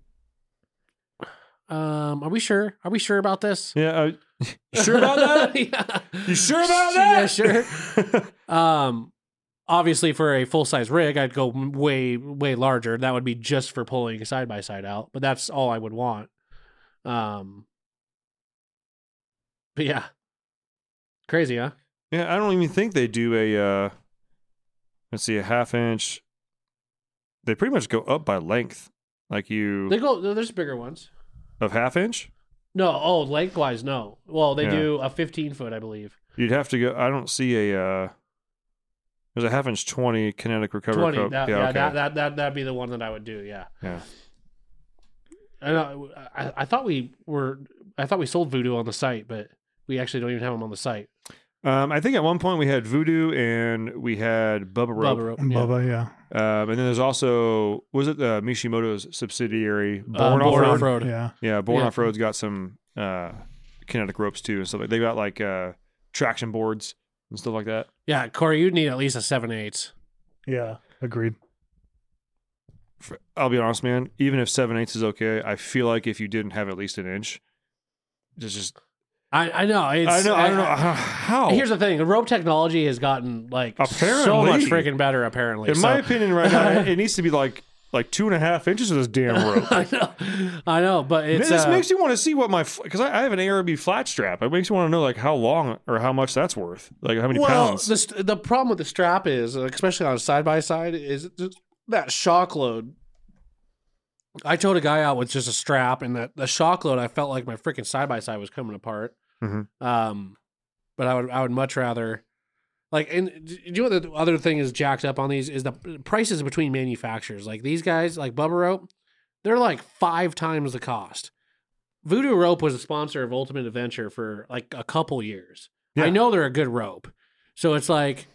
Speaker 2: um, are we sure? Are we sure about this?
Speaker 1: Yeah. I- you sure
Speaker 2: *laughs*
Speaker 1: about that?
Speaker 2: yeah.
Speaker 1: You
Speaker 2: *laughs*
Speaker 1: sure about
Speaker 2: Yeah,
Speaker 1: that?
Speaker 2: sure. Um, obviously for a full size rig, I'd go m- way way larger. That would be just for pulling side by side out, but that's all I would want. Um, but yeah, crazy, huh?
Speaker 1: *laughs* yeah, I don't even think they do a. uh Let's see, a half inch. They pretty much go up by length, like you
Speaker 2: They go. There's bigger ones.
Speaker 1: of half inch.
Speaker 2: No, oh, lengthwise, no. Well, they
Speaker 1: Yeah.
Speaker 2: do a 15 foot, I believe.
Speaker 1: You'd have to go. I don't see a. uh There's a half inch twenty kinetic recovery.
Speaker 2: 20.
Speaker 1: coat.
Speaker 2: That, yeah,
Speaker 1: okay.
Speaker 2: that, that, that, that'd be the one that I would do. Yeah.
Speaker 1: Yeah.
Speaker 2: I, know, I, I thought we were, I thought we sold voodoo on the site, but we actually don't even have them on the site.
Speaker 1: Um, I think at one point we had Voodoo and we had Bubba Rope.
Speaker 2: Bubba Rope, yeah.
Speaker 3: Bubba, yeah.
Speaker 1: Um, and then there's also was it uh, Mishimoto's subsidiary
Speaker 2: Uh,
Speaker 1: Born Off
Speaker 2: Born
Speaker 1: Road?
Speaker 2: Off Road.
Speaker 3: Yeah.
Speaker 1: Yeah, Born
Speaker 2: Yeah.
Speaker 1: Off Road's got some uh, kinetic ropes too and stuff. Like they got like uh, traction boards and stuff like that.
Speaker 2: Yeah, Corey, you'd need at least a seven eight.
Speaker 3: Yeah. Agreed.
Speaker 1: F- I'll be honest, man. Even if seven eighths is okay, I feel like if you didn't have at least an inch, it's just
Speaker 2: I, I know. It's,
Speaker 1: I know I, don't know how.
Speaker 2: Here's the thing: the rope technology has gotten like so
Speaker 1: Apparently.
Speaker 2: much freaking better. Apparently,
Speaker 1: In
Speaker 2: so, *laughs*
Speaker 1: my opinion, right now, it needs to be like like two and a half inches of this
Speaker 2: *laughs*
Speaker 1: damn rope.
Speaker 2: I know, I know, but
Speaker 1: Man,
Speaker 2: it's
Speaker 1: this
Speaker 2: uh,
Speaker 1: makes you want to see what my because I, I have an ARB flat strap. It makes you want to know like how long or how much that's worth, like how many
Speaker 2: well.
Speaker 1: pounds.
Speaker 2: The, st- the problem with the strap is, uh, especially on a side by side, is just that shock load. I towed a guy out with just a strap, and that the shock load, I felt like my freaking side by side was coming apart.
Speaker 1: Mhm.
Speaker 2: Um, but I would I would much rather like and do you know what the other thing is jacked up on these is the prices between manufacturers. Like these guys, like Bubba Rope, they're like five times the cost. Voodoo Rope was a sponsor of Ultimate Adventure for like a couple years.
Speaker 1: Yeah.
Speaker 2: I know they're a good rope, so it's like,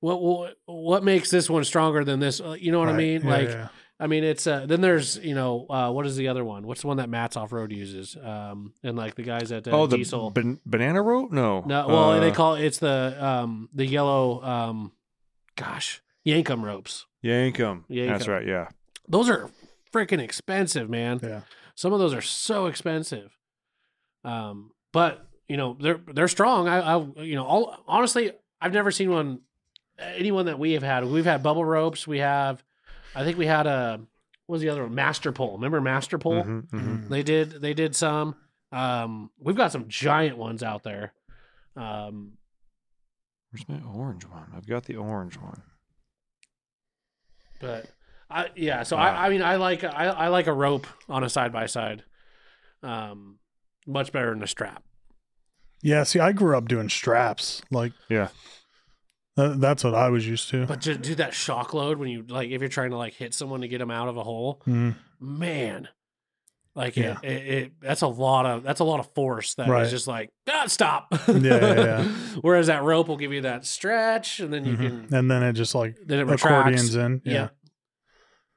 Speaker 2: what what, what makes this one stronger than this? Uh, You know what I
Speaker 3: Right.
Speaker 2: mean?
Speaker 3: Yeah,
Speaker 2: like,
Speaker 3: yeah.
Speaker 2: I mean, it's uh, then there's you know uh, what is the other one? What's the one that Matt's off road uses? Um, and like the guys at uh,
Speaker 1: oh, the
Speaker 2: Diesel.
Speaker 1: ban- banana rope? No,
Speaker 2: no, well,
Speaker 1: Uh,
Speaker 2: they call it's the um the yellow um, gosh, Yankum ropes.
Speaker 1: Yankum.
Speaker 2: Yankum.
Speaker 1: That's right. Yeah,
Speaker 2: Those are freaking expensive, man.
Speaker 3: Yeah.
Speaker 2: Some of those are so expensive. Um, but you know they're they're strong. I, I you know all honestly, I've never seen one anyone that we have had. We've had bubble ropes. We have, I think we had a what was the other one? Master pole. Remember master pole?
Speaker 1: Mhm, mhm.
Speaker 3: Mm.
Speaker 2: They did. They did some. Um, we've got some giant ones out there. Um,
Speaker 1: Where's my orange one? I've got the orange one.
Speaker 2: but I, yeah. So
Speaker 1: Wow.
Speaker 2: I, I mean, I like, I, I like a rope on a side by side. Um, much better than a strap.
Speaker 3: Yeah. See, I grew up doing straps. Like,
Speaker 1: Yeah.
Speaker 3: tha- that's what I was used to.
Speaker 2: But to do that shock load when you like, if you're trying to like hit someone to get them out of a hole,
Speaker 3: Mm.
Speaker 2: man, like
Speaker 3: Yeah.
Speaker 2: it, it, it, that's a lot of that's a lot of force that is
Speaker 3: Right.
Speaker 2: just like ah, stop.
Speaker 3: Yeah, yeah, yeah.
Speaker 2: *laughs* Whereas that rope will give you that stretch, and then you
Speaker 1: Mm-hmm.
Speaker 3: Mhm.
Speaker 2: can
Speaker 3: And then it just like
Speaker 2: then it retracts.
Speaker 3: accordions in. Yeah.
Speaker 2: Yeah.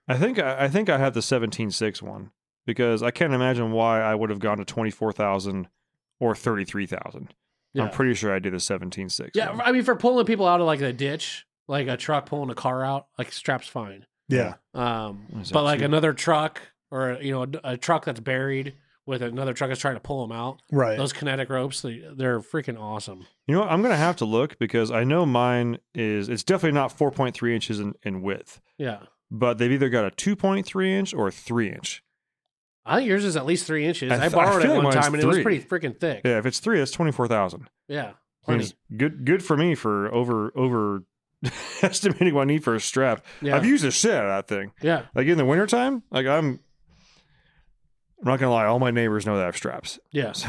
Speaker 1: I think I, I think I have the seventeen six one because I can't imagine why I would have gone to twenty four thousand or thirty three thousand.
Speaker 2: Yeah.
Speaker 1: I'm pretty sure I did the seventeen six.
Speaker 2: Yeah, I mean, for pulling people out of like a ditch, like a truck pulling a car out, like straps fine.
Speaker 3: Yeah.
Speaker 2: Um,
Speaker 1: Is that
Speaker 2: but like
Speaker 1: cheap?
Speaker 2: another truck or you know a, a truck that's buried with another truck that's trying to pull them out.
Speaker 3: Right.
Speaker 2: Those kinetic ropes, they, they're freaking awesome.
Speaker 1: You know what? I'm gonna have to look because I know mine is. It's definitely not 4.3 inches in, in width,
Speaker 2: Yeah,
Speaker 1: but they've either got a 2.3 inch or a three inch.
Speaker 2: I think yours is at least three inches.
Speaker 1: I
Speaker 2: I,
Speaker 1: th- I
Speaker 2: borrowed
Speaker 1: feel
Speaker 2: it
Speaker 1: like
Speaker 2: one
Speaker 1: mine's
Speaker 2: time and it was
Speaker 1: three.
Speaker 2: pretty freaking thick. Yeah,
Speaker 1: Yeah, if it's three, it's twenty four thousand.
Speaker 2: yeah
Speaker 1: I mean,
Speaker 2: plenty.
Speaker 1: it's good, good for me for over *laughs* over estimating my need for a strap.
Speaker 2: Yeah.
Speaker 1: I've used the shit out of that thing.
Speaker 2: Yeah.
Speaker 1: Like in the wintertime, like I'm I'm not gonna lie, all my neighbors know that I have straps.
Speaker 2: Yeah.
Speaker 1: So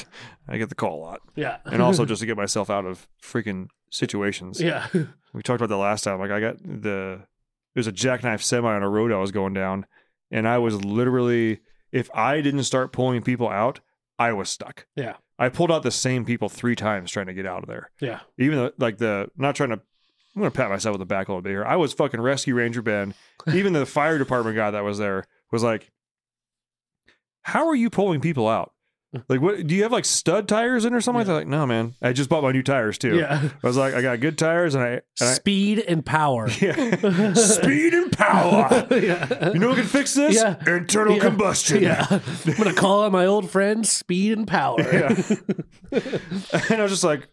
Speaker 1: *laughs* I get the call a lot.
Speaker 2: Yeah. *laughs*
Speaker 1: And also just to get myself out of freaking situations.
Speaker 2: Yeah. *laughs*
Speaker 1: We talked about that last time. Like I got the it was a jackknife semi on a road I was going down, and I was literally if I didn't start pulling people out, I was stuck.
Speaker 2: Yeah.
Speaker 1: I pulled out the same people three times trying to get out of there.
Speaker 2: Yeah.
Speaker 1: Even though like the not trying to I'm gonna pat myself on the back a little bit here. I was fucking rescue ranger
Speaker 2: *laughs*
Speaker 1: Ben. Even the fire department guy that was there was like, How are you pulling people out? Like what do you have like stud tires in or something like that? Like, no man. I just bought my new tires too.
Speaker 2: Yeah.
Speaker 1: I was like, I got good tires and I, and I
Speaker 4: Speed and
Speaker 1: *laughs*
Speaker 4: power.
Speaker 1: yeah. Speed and power.
Speaker 2: *laughs* Yeah.
Speaker 1: You know who can fix this?
Speaker 2: Yeah.
Speaker 1: Internal
Speaker 2: Yeah.
Speaker 1: combustion.
Speaker 2: Yeah. I'm gonna call on my old friend Speed and Power.
Speaker 1: *laughs* Yeah. *laughs* and I was just like,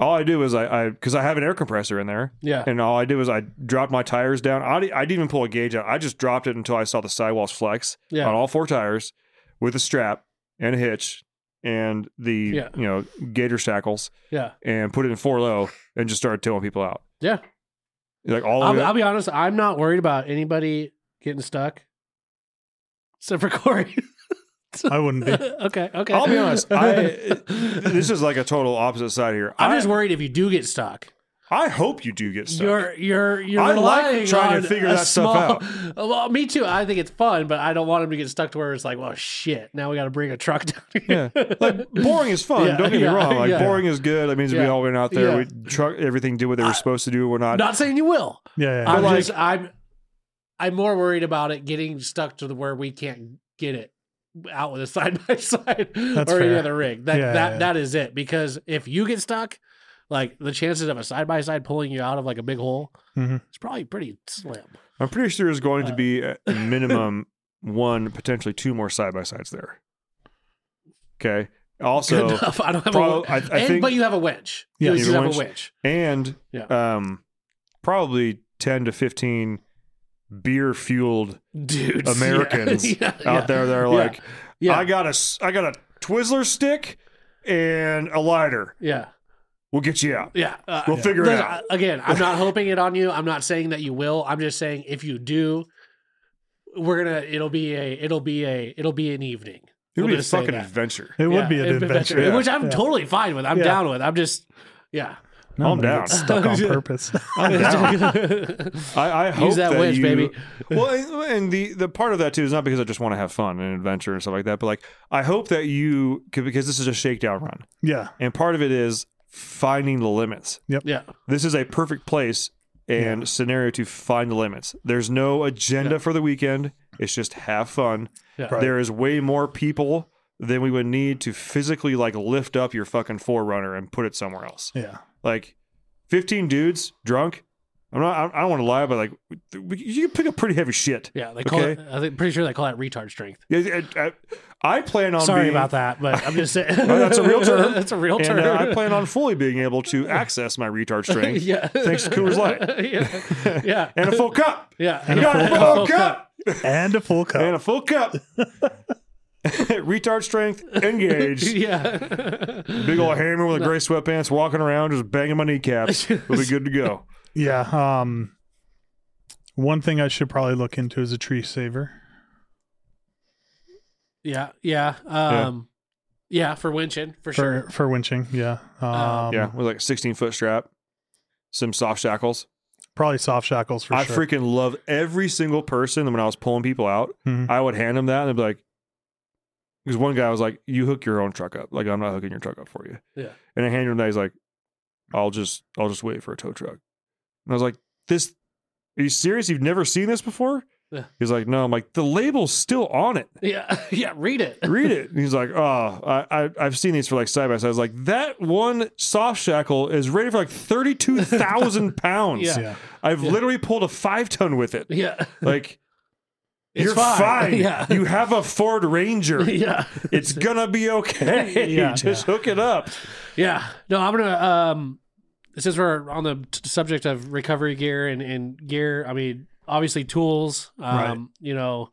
Speaker 1: all I do is I, I, because I have an air compressor in there.
Speaker 2: *laughs* Yeah.
Speaker 1: And all I did was I dropped my tires down. I, di- I didn't even pull a gauge out. I just dropped it until I saw the sidewalls flex
Speaker 2: Yeah.
Speaker 1: on all four tires with a strap and a hitch and the,
Speaker 2: Yeah.
Speaker 1: you know, gator shackles
Speaker 2: Yeah.
Speaker 1: and put it in four low and just started towing people out.
Speaker 2: Yeah.
Speaker 1: Like all of
Speaker 2: I'll,
Speaker 1: it.
Speaker 2: I'll be honest. I'm not worried about anybody getting stuck, except for Corey.
Speaker 3: I wouldn't
Speaker 2: *laughs*
Speaker 3: be.
Speaker 2: okay. Okay.
Speaker 1: I'll be
Speaker 2: *laughs*
Speaker 1: honest. I,
Speaker 2: I'm
Speaker 1: this is like a total opposite side here. I,
Speaker 2: just worried if you do get stuck.
Speaker 1: I hope you do get stuck.
Speaker 2: You're you're you're
Speaker 1: I like
Speaker 2: relying
Speaker 1: trying to
Speaker 2: on
Speaker 1: figure
Speaker 2: a
Speaker 1: that stuff
Speaker 2: small- *laughs* Well, me too. I think it's fun, but I don't want him to get stuck to where it's like, well, shit. Now we got to bring a truck down
Speaker 1: yeah.
Speaker 2: here. *laughs*
Speaker 1: Like boring is fun.
Speaker 2: Yeah,
Speaker 1: don't get
Speaker 2: yeah,
Speaker 1: me wrong. Like
Speaker 2: yeah.
Speaker 1: boring is good. That means we
Speaker 2: Yeah.
Speaker 1: all went out there.
Speaker 2: Yeah.
Speaker 1: We truck everything did what they were supposed to do. We're not.
Speaker 2: Not saying you will.
Speaker 3: Yeah, yeah.
Speaker 2: I'm
Speaker 1: like-
Speaker 2: just I'm I'm more worried about it getting stuck to the where we can't get it out with a *laughs* side by side or
Speaker 3: That's
Speaker 2: any
Speaker 3: fair.
Speaker 2: other rig. That
Speaker 3: Yeah,
Speaker 2: that
Speaker 3: yeah.
Speaker 2: that is it. Because if you get stuck, like the chances of a side by side pulling you out of like a big hole,
Speaker 3: Mhm.
Speaker 2: it's probably pretty slim. *laughs*
Speaker 1: I'm pretty sure there's
Speaker 2: Uh.
Speaker 1: going to be a minimum *laughs* one, potentially two more side by sides there. Okay.
Speaker 2: Good *laughs*
Speaker 1: Also,
Speaker 2: enough. I don't have
Speaker 1: prob-
Speaker 2: a
Speaker 1: I, I
Speaker 2: and,
Speaker 1: think,
Speaker 2: but you have a winch.
Speaker 3: Yeah,
Speaker 2: you,
Speaker 1: you
Speaker 2: do
Speaker 1: have a
Speaker 2: have
Speaker 1: winch.
Speaker 2: a winch.
Speaker 1: and
Speaker 2: Yeah.
Speaker 1: um, probably ten to fifteen beer fueled
Speaker 2: Dude, *laughs*
Speaker 1: Americans out there that are
Speaker 2: Yeah.
Speaker 1: like,
Speaker 2: Yeah.
Speaker 1: I got a, s- I got a Twizzler stick and a lighter.
Speaker 2: Yeah.
Speaker 1: We'll get you out.
Speaker 2: Yeah. Uh,
Speaker 1: We'll figure it
Speaker 2: listen,
Speaker 1: out.
Speaker 2: I- Again, I'm not hoping it on you. I'm not saying that you will. I'm just saying if you do, we're gonna it'll be a it'll be a it'll be an evening.
Speaker 1: It'll
Speaker 2: We'll
Speaker 1: be a
Speaker 2: just say
Speaker 1: fucking
Speaker 2: that.
Speaker 1: adventure.
Speaker 3: It
Speaker 2: Yeah,
Speaker 3: would be an
Speaker 2: it'd
Speaker 3: adventure.
Speaker 1: Yeah.
Speaker 2: Which I'm
Speaker 3: Yeah.
Speaker 2: totally fine with. I'm
Speaker 3: Yeah.
Speaker 2: down with. I'm just yeah.
Speaker 3: No,
Speaker 1: I'm
Speaker 3: but
Speaker 1: down.
Speaker 3: it's
Speaker 2: *laughs*
Speaker 3: Stuck on
Speaker 2: Yeah.
Speaker 3: purpose. *laughs*
Speaker 1: I, I hope
Speaker 2: Use that winch,
Speaker 1: you-
Speaker 2: baby.
Speaker 1: *laughs* well, and- and the the part of that too is not because I just want to have fun and adventure and stuff like that, but like I hope that you could- because this is a shakedown run,
Speaker 3: yeah.
Speaker 1: and part of it is finding the limits.
Speaker 2: Yeah.
Speaker 1: This is a perfect place and scenario to find the limits. There's no agenda for the weekend. It's just have fun.
Speaker 2: Yeah.
Speaker 3: Right.
Speaker 1: There is way more people than we would need to physically *laughs* like lift up your fucking forerunner and put it somewhere else
Speaker 3: Yeah.
Speaker 1: like 15 dudes drunk i'm not i I don't want to lie but like we- you can pick up pretty heavy shit
Speaker 2: Yeah. They call
Speaker 1: Okay.
Speaker 2: it I think pretty sure they call that retard strength.
Speaker 1: Yeah, I, I- I plan on
Speaker 2: Sorry
Speaker 1: being,
Speaker 2: about that, but I'm
Speaker 1: *laughs*
Speaker 2: just saying
Speaker 1: that's a real term.
Speaker 2: *laughs* that's a real
Speaker 1: and
Speaker 2: term.
Speaker 1: uh,
Speaker 2: *laughs*
Speaker 1: i plan on fully being able to access my retard strength
Speaker 2: yeah.
Speaker 1: thanks to Coors Light.
Speaker 2: *laughs* yeah.
Speaker 1: *laughs*
Speaker 2: Yeah.
Speaker 1: and a full cup
Speaker 2: yeah.
Speaker 1: You got a full cup
Speaker 3: And a full cup.
Speaker 1: and a full cup retard strength engaged
Speaker 2: *laughs* Yeah.
Speaker 1: big old hammer with a gray sweatpants walking around just banging my
Speaker 2: *laughs*
Speaker 1: kneecaps we'll be good to go
Speaker 3: yeah. Um, one thing I should probably look into is a tree saver.
Speaker 2: Yeah, yeah, um, yeah, for winching for, sure.
Speaker 3: for for winching. Yeah.
Speaker 2: Um,
Speaker 3: Um,
Speaker 1: yeah with like a 16 foot strap some soft shackles
Speaker 3: Probably soft shackles for
Speaker 1: I
Speaker 3: sure.
Speaker 1: freaking love every single person. When I was pulling people out,
Speaker 3: Mhm.
Speaker 1: I would hand them that and they'd be like, because one guy was like, "You hook your own truck up. Like I'm not hooking your truck up for you."
Speaker 2: Yeah.
Speaker 1: And I handed him that. He's like, "I'll just, I'll just wait for a tow truck." And I was like, "This? Are you serious? You've never seen this before?"
Speaker 2: Yeah.
Speaker 1: He's like, "No." I'm like, "The label's still on it.
Speaker 2: Yeah, *laughs* yeah, read it.
Speaker 1: Read it." And he's like, "Oh, I, I, I've seen these for like side by sides. Like that one soft shackle is rated for like thirty-two thousand
Speaker 2: *laughs*
Speaker 1: pounds.
Speaker 2: Yeah.
Speaker 3: yeah.
Speaker 1: I've literally pulled a five-ton with
Speaker 2: *laughs*
Speaker 1: it."
Speaker 2: Yeah,
Speaker 1: Like,
Speaker 2: It's
Speaker 1: you're
Speaker 2: fine.
Speaker 1: fine.
Speaker 2: *laughs* Yeah.
Speaker 1: You have a Ford
Speaker 2: *laughs*
Speaker 1: Ranger.
Speaker 2: yeah,
Speaker 1: It's gonna be okay.
Speaker 2: *laughs* Yeah.
Speaker 1: *laughs* Just hook it up.
Speaker 2: yeah. No, I'm gonna. Um, since we're on the t- subject of recovery gear and, and gear, I mean, obviously tools. Um,
Speaker 3: Right.
Speaker 2: you know,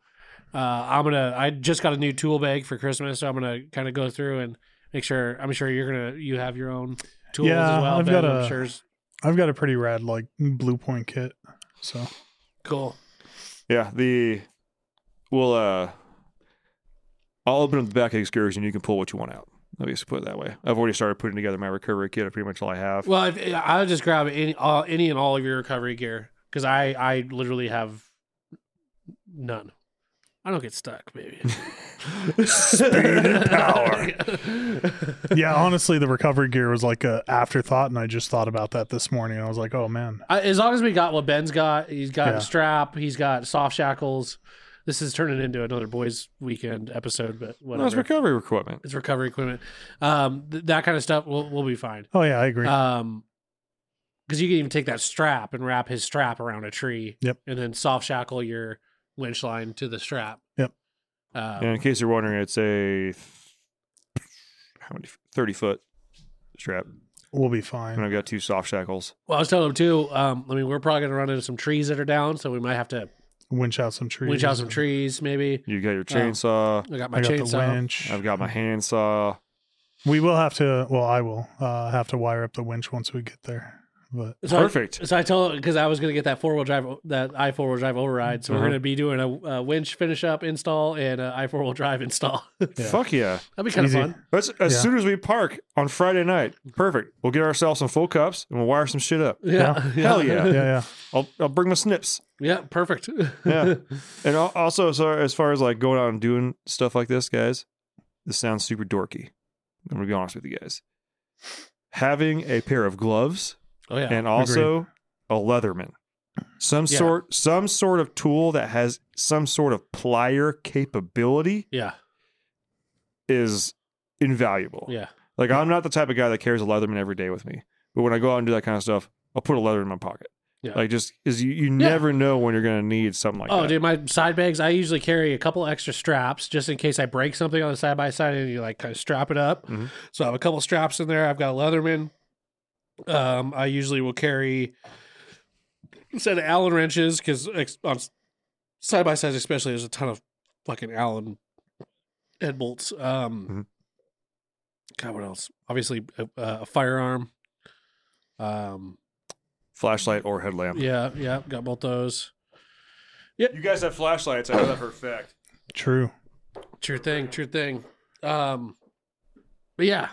Speaker 2: uh, I'm gonna. I just got a new tool bag for Christmas, so I'm gonna kind of go through and make sure. I'm sure you're gonna. You have your own tools
Speaker 3: Yeah,
Speaker 2: as well.
Speaker 3: I've
Speaker 2: Ben,
Speaker 3: got
Speaker 2: I'm
Speaker 3: a-
Speaker 2: sure. it's-
Speaker 3: I've got a pretty rad like blue point kit. So
Speaker 2: Cool.
Speaker 1: Yeah, the we'll uh I'll open up the back of the excursion and you can pull what you want out. Let me just put it that way. I've already started putting together my recovery kit. That's pretty much all I have.
Speaker 2: Well, if, I'll just grab any, all, any and all of your recovery gear because I, I literally have none. I don't get stuck, baby. Speed
Speaker 1: and power.
Speaker 3: yeah, honestly, the recovery gear was like a afterthought, and I just thought about that this morning. I was like, oh man,
Speaker 2: *laughs* I, as long as we got what Ben's got, he's got
Speaker 3: Yeah.
Speaker 2: a strap, he's got soft shackles. This is turning into another boys' weekend episode, but whatever.
Speaker 1: That's recovery equipment.
Speaker 2: it's recovery equipment. Um, th- that kind of stuff, we'll, we'll be fine.
Speaker 3: oh yeah, I agree.
Speaker 2: Um, because you can even take that strap and wrap his strap around a tree.
Speaker 3: Yep.
Speaker 2: And then soft shackle your winch line to the strap.
Speaker 3: Yep.
Speaker 2: Um,
Speaker 1: And in case you're wondering, it's a how many thirty foot strap.
Speaker 3: we'll be
Speaker 1: And
Speaker 3: fine.
Speaker 1: I've got two soft shackles.
Speaker 2: Well, I was telling him too. Um, I mean, we're probably gonna run into some trees that are down, so we might have to
Speaker 3: Winch out some trees.
Speaker 2: winch out some trees. Maybe
Speaker 1: You got your chainsaw.
Speaker 2: I got my
Speaker 3: I got the
Speaker 2: chainsaw.
Speaker 3: winch.
Speaker 1: I've got my uh, handsaw.
Speaker 3: We will have to. Well, I will uh, have to wire up the winch once we get there. But
Speaker 2: So I-
Speaker 1: Perfect.
Speaker 2: so I told because I was gonna get that four wheel drive, that i four wheel drive override. So
Speaker 1: Uh-huh.
Speaker 2: we're gonna be doing a, a winch finish up install and a i four wheel drive install. *laughs* That'd
Speaker 3: Yeah.
Speaker 1: Fuck yeah.
Speaker 2: be kind of
Speaker 3: Easy.
Speaker 2: fun.
Speaker 1: As, as
Speaker 3: Yeah.
Speaker 1: soon as we park on Friday night, perfect. We'll get ourselves some full cups and we'll wire some shit up.
Speaker 2: Yeah. *laughs*
Speaker 1: Hell yeah.
Speaker 3: yeah, yeah,
Speaker 1: I'll, I'll bring my snips.
Speaker 2: Yeah, perfect.
Speaker 1: Yeah. and al- also, so as far as like going out and doing stuff like this, guys, this sounds super dorky. I'm gonna be honest with you guys. Having a pair of gloves
Speaker 2: *laughs* Oh yeah.
Speaker 1: and also a leatherman, some
Speaker 2: Yeah.
Speaker 1: sort, some sort of tool that has some sort of plier capability
Speaker 2: yeah.
Speaker 1: is invaluable.
Speaker 2: Yeah.
Speaker 1: Like I'm not the type of guy that carries a Leatherman every day with me, but when I go out and do that kind of stuff, I'll put a leather in my pocket.
Speaker 2: Yeah.
Speaker 1: Like just is you, you never know when you're gonna need something like
Speaker 2: oh,
Speaker 1: that.
Speaker 2: dude, my side bags. I usually carry a couple extra straps just in case I break something on the side by side, and you like kind of strap it up.
Speaker 1: Mhm.
Speaker 2: So I have a couple straps in there. I've got a Leatherman. Um, I usually will carry a set of Allen wrenches because ex- on side by sides, especially, there's a ton of fucking Allen head bolts. Um,
Speaker 1: Mhm.
Speaker 2: God, what else? Obviously, a, a firearm. Um,
Speaker 1: Flashlight or headlamp.
Speaker 2: yeah, yeah, got both those.
Speaker 1: You guys have flashlights. I know that for a fact.
Speaker 3: true.
Speaker 2: True thing, true thing. Um, but yeah,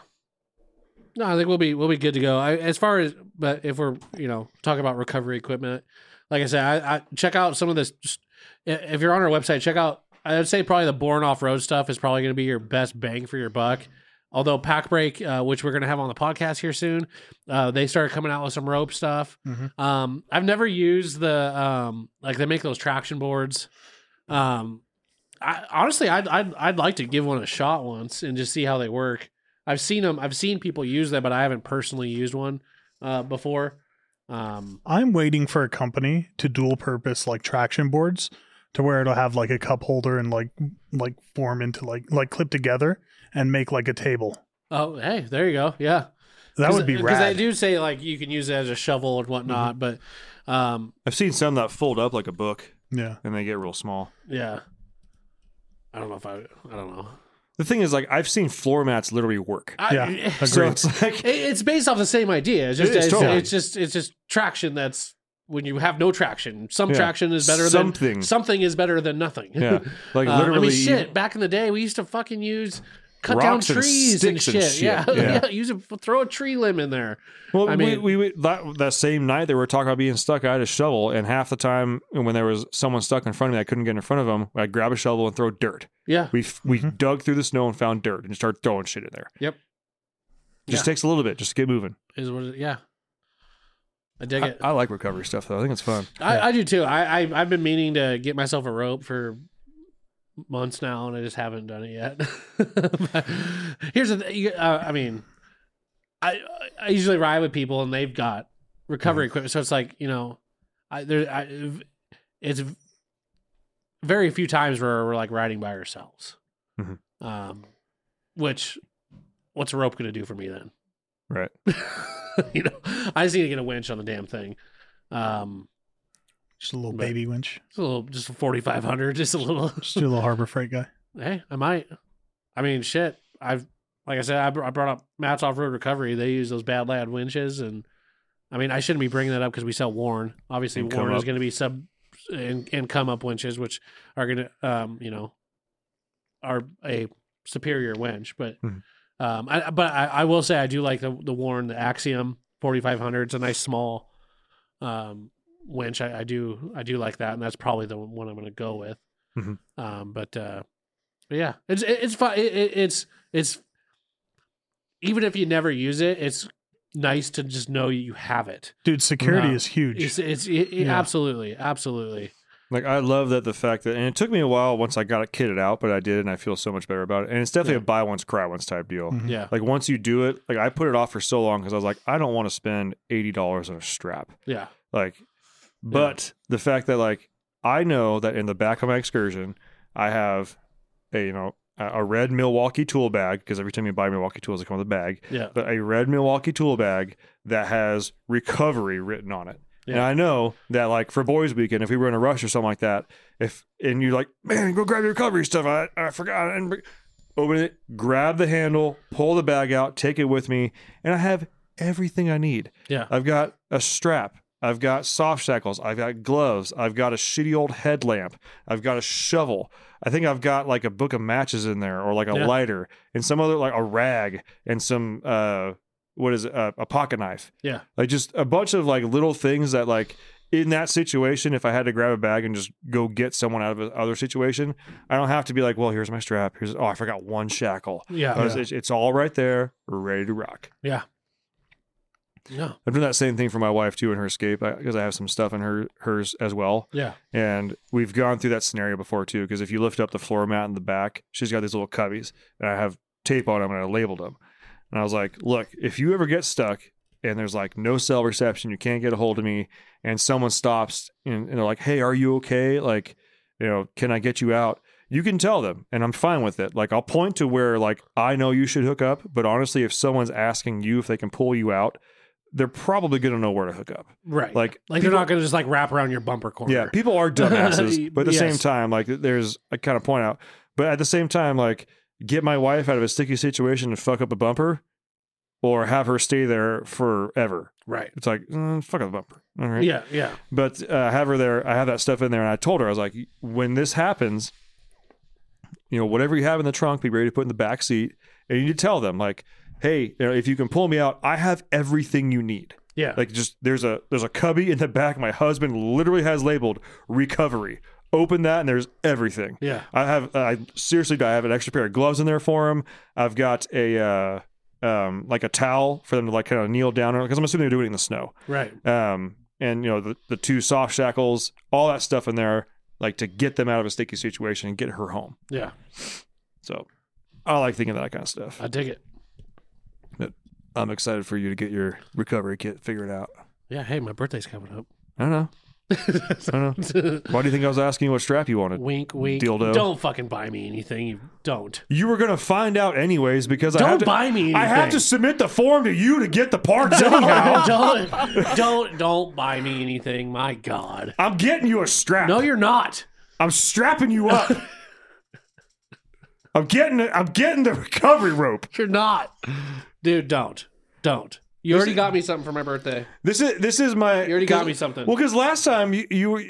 Speaker 2: no, I think we'll be we'll be good to go. I, as far as but if we're you know talking about recovery equipment, like I said, I, I check out some of this. just- If you're on our website, check out. I would say probably the born off road stuff is probably going to be your best bang for your buck. Although Pack Break, uh, which we're going to have on the podcast here soon, uh, they started coming out with some rope stuff.
Speaker 3: Mhm.
Speaker 2: Um, I've never used the um, like they make those traction boards. Um, I, honestly, I'd, I'd I'd like to give one a shot once and just see how they work. I've seen them. I've seen people use them, but I haven't personally used one uh, before. Um,
Speaker 3: I'm waiting for a company to dual purpose like traction boards to where it'll have like a cup holder and like like form into like like clip together and make like a table.
Speaker 2: oh, hey, there you go. Yeah,
Speaker 3: That would be
Speaker 2: because they
Speaker 3: rad.
Speaker 2: do say like you can use it as a shovel and whatnot,
Speaker 1: Mm-hmm.
Speaker 2: but um,
Speaker 1: I've seen some that fold up like a book
Speaker 3: yeah.
Speaker 1: and they get real small.
Speaker 2: yeah, I don't know if I I don't know.
Speaker 1: The thing is, like I've seen floor mats literally work.
Speaker 2: I,
Speaker 3: Yeah.
Speaker 2: *laughs* it-
Speaker 1: so
Speaker 3: Agreed.
Speaker 1: it's
Speaker 2: *laughs*
Speaker 1: like
Speaker 2: it's based off the same idea. It's just
Speaker 1: It is,
Speaker 2: it's,
Speaker 1: totally.
Speaker 2: it's just it's just traction. That's when you have no traction. Some
Speaker 1: Yeah.
Speaker 2: traction is better
Speaker 1: Something.
Speaker 2: than something is better than nothing.
Speaker 1: yeah, like
Speaker 2: Uh,
Speaker 1: literally.
Speaker 2: I mean, shit. Back in the day, we used to fucking use cut down
Speaker 1: Rocks and
Speaker 2: trees and,
Speaker 1: sticks
Speaker 2: shit.
Speaker 1: and
Speaker 2: Yeah, *laughs*
Speaker 1: shit. Yeah.
Speaker 2: yeah. Use a, throw a tree limb in there.
Speaker 1: Well,
Speaker 2: I mean-
Speaker 1: we, we, we that that same night that we were talking about being stuck, I had a shovel, and half the time when there was someone stuck in front of me, I couldn't get in front of them. I'd grab a shovel and throw dirt.
Speaker 2: Yeah,
Speaker 1: We f we dug through the snow and found dirt and started throwing shit in there.
Speaker 2: Mm-hmm. Yep.
Speaker 1: Just
Speaker 2: Yeah.
Speaker 1: takes a little bit, just to get moving.
Speaker 2: is what. It, yeah, I dig
Speaker 1: I,
Speaker 2: it.
Speaker 1: I like recovery stuff though. I think it's fun.
Speaker 2: I, I do too. I, I I've been meaning to get myself a rope for months now, and I just haven't done it yet. *laughs* But here's the thing. Uh, I mean, I I usually ride with people, and they've got recovery equipment, so it's like you know, I there I, it's very few times where we're like riding by ourselves.
Speaker 1: Mhm.
Speaker 2: Um, which what's a rope going to do for me then? *laughs*
Speaker 1: Right.
Speaker 2: you know, I just need to get a winch on the damn thing. Um.
Speaker 3: Just a little
Speaker 2: But-
Speaker 3: baby winch.
Speaker 2: Just a little, just forty five hundred, just a little.
Speaker 3: Just do a little harbor freight guy.
Speaker 2: hey, I might. I mean, shit. I've like I said, I, br- I brought up Matt's off road recovery. They use those bad lad winches, and I mean, I shouldn't be bringing that up because we sell Warren. Obviously,
Speaker 1: And
Speaker 2: Warren
Speaker 1: come
Speaker 2: is
Speaker 1: up.
Speaker 2: going to be sub and, and come up winches, which are going to, um, you know, are a superior winch. But,
Speaker 1: Mhm.
Speaker 2: um, I, but I, I will say I do like the the Warren, the Axiom 4500. It's a nice small, um, winch. I, I do I do like that, and that's probably the one I'm going to go with.
Speaker 1: Mhm.
Speaker 2: Um, but uh, but yeah, it's it- it's fun. It, it, it's it's even if you never use it, it's nice to just know you have it.
Speaker 3: Dude, security
Speaker 2: No.
Speaker 3: is huge.
Speaker 2: It's it's it, it-
Speaker 3: Yeah.
Speaker 2: absolutely absolutely.
Speaker 1: Like I love that the fact that, and it took me a while once I got it kitted out, but I did, and I feel so much better about it. And it's definitely
Speaker 2: Yeah.
Speaker 1: a buy once, cry once type deal.
Speaker 3: Mhm.
Speaker 2: Yeah,
Speaker 1: Mm-hmm. Like once you do it, like I put it off for so long because I was like, I don't want to spend eighty dollars on a strap.
Speaker 2: yeah,
Speaker 1: Like, but the fact that like I know that in the back of my excursion, I have a you know a a red Milwaukee tool bag because every time you buy Milwaukee tools, they come with a "Oh, bag.
Speaker 2: yeah.
Speaker 1: but a red Milwaukee tool bag that has recovery written on it. And
Speaker 2: Yeah.
Speaker 1: I know that like for boys weekend, if we were in a rush or something like that, if and you're like, man, go grab your recovery stuff. I, I forgot. And br- open it, grab the handle, pull the bag out, take it with me, and I have everything I need.
Speaker 2: Yeah.
Speaker 1: I've got a strap. I've got soft shackles. I've got gloves. I've got a shitty old headlamp. I've got a shovel. I think I've got like a book of matches in there or like a
Speaker 2: Yeah.
Speaker 1: lighter and some other like a rag and some uh what is it? Uh, a pocket knife.
Speaker 2: Yeah.
Speaker 1: Like just a bunch of like little things that like in that situation if I had to grab a bag and just go get someone out of another situation, I don't have to be like, well, here's my strap. Here's oh, I forgot one shackle.
Speaker 2: Yeah,
Speaker 1: Uh, It's, it's all right there, ready to rock.
Speaker 2: no,
Speaker 1: I've done that same thing for my wife too in her escape because I, have some stuff in her hers as well.
Speaker 2: yeah,
Speaker 1: And we've gone through that scenario before too. Because if you lift up the floor mat in the back, she's got these little cubbies, and I have tape on them and I labeled them. And I was like, "Look, if you ever get stuck and there's like no cell reception, you can't get a hold of me, and someone stops and, and they're like, "Hey, are you okay? Like, you know, can I get you out?" You can tell them, and I'm fine with it. Like, I'll point to where like I know you should hook up, but honestly, if someone's asking you if they can pull you out, they're probably gonna know where to hook up.
Speaker 2: right.
Speaker 1: Like,
Speaker 2: like they're not going to just like wrap around your bumper corner.
Speaker 1: yeah, people
Speaker 2: *laughs*
Speaker 1: are dumbasses, but at the same
Speaker 2: Yes.
Speaker 1: time, like there's I kind of point out, but at the same time, like get my wife out of a sticky situation and fuck up a bumper, or have her stay there forever.
Speaker 2: right.
Speaker 1: It's like mm, fuck up the bumper. All right,
Speaker 2: Yeah, yeah,
Speaker 1: but uh, have her there. I have that stuff in there, and I told her I was like, when this happens, you know, whatever you have in the trunk, be ready to put in the back seat, and you need to tell them like, hey, you know, if you can pull me out, I have everything you need.
Speaker 2: yeah,
Speaker 1: Like just there's a there's a cubby in the back. My husband literally has labeled recovery. Open that and there's everything.
Speaker 2: yeah,
Speaker 1: I have I seriously do. I have an extra pair of gloves in there for him. I've got a uh, um like a towel for them to like kind of kneel down on because I'm assuming they're doing it in the snow.
Speaker 2: right.
Speaker 1: Um and you know the the two soft shackles, all that stuff in there, like to get them out of a sticky situation and get her home.
Speaker 2: Yeah,
Speaker 1: So I like thinking of that kind of stuff.
Speaker 2: I dig it.
Speaker 1: I'm excited for you to get your recovery kit figured out.
Speaker 2: Yeah, hey, my birthday's coming up. *laughs*
Speaker 1: I don't know. I don't know. Why do you think I was asking you what strap you wanted?
Speaker 2: wink, wink.
Speaker 1: Dildo.
Speaker 2: Don't fucking buy me anything. You don't.
Speaker 1: You were gonna find out anyways because I
Speaker 2: Don't
Speaker 1: have to,
Speaker 2: buy me
Speaker 1: I have
Speaker 2: anything.
Speaker 1: to submit the form to you to get the
Speaker 2: *laughs*
Speaker 1: parts *laughs* anyhow.
Speaker 2: don't, don't, don't buy me anything. My God.
Speaker 1: I'm getting you a strap.
Speaker 2: No, you're not.
Speaker 1: I'm strapping you
Speaker 2: *laughs*
Speaker 1: up. I'm getting it. I'm getting the recovery rope.
Speaker 2: You're not. Dude, don't. Don't. You already got me something for my birthday.
Speaker 1: This is this is my. You
Speaker 2: already got me something.
Speaker 1: Well, because last time you, you *laughs* were,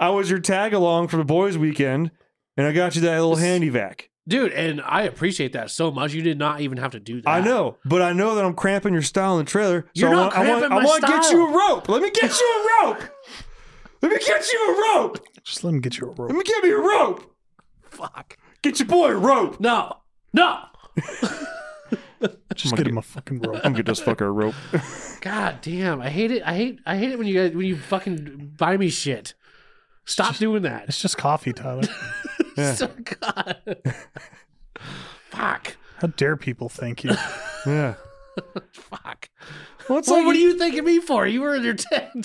Speaker 1: I was your tag along for the boys' weekend, and I got you that little handy vac.
Speaker 2: Dude, and I appreciate that so much. You did not even have to do that.
Speaker 1: I know, but I know that I'm cramping your style in the trailer. So
Speaker 2: Ah. You're
Speaker 1: I
Speaker 2: not
Speaker 1: want, I want,
Speaker 2: cramping
Speaker 1: I
Speaker 2: my
Speaker 1: want to get
Speaker 2: style.
Speaker 1: you a rope. Let me get you a rope. Let me get you a rope.
Speaker 3: Just let him get you a
Speaker 1: Let
Speaker 3: rope.
Speaker 1: me give me a rope.
Speaker 2: Fuck.
Speaker 1: Get your boy a rope.
Speaker 2: No. No.
Speaker 3: Just get him a fucking rope.
Speaker 2: *laughs*
Speaker 1: I'm gonna get this fucker a *laughs* rope.
Speaker 2: God damn. I hate it. I hate I hate it when you guys when you fucking buy me shit. Stop doing that.
Speaker 3: It's just coffee, Tyler.
Speaker 2: *laughs* So- God. Fuck.
Speaker 3: How dare people
Speaker 2: *laughs*
Speaker 3: thank you?
Speaker 1: Yeah.
Speaker 2: Fuck.
Speaker 1: Well, it's
Speaker 2: Well,
Speaker 1: like
Speaker 2: what are you thanking me for? You were in
Speaker 1: *laughs*
Speaker 2: your tent. *laughs*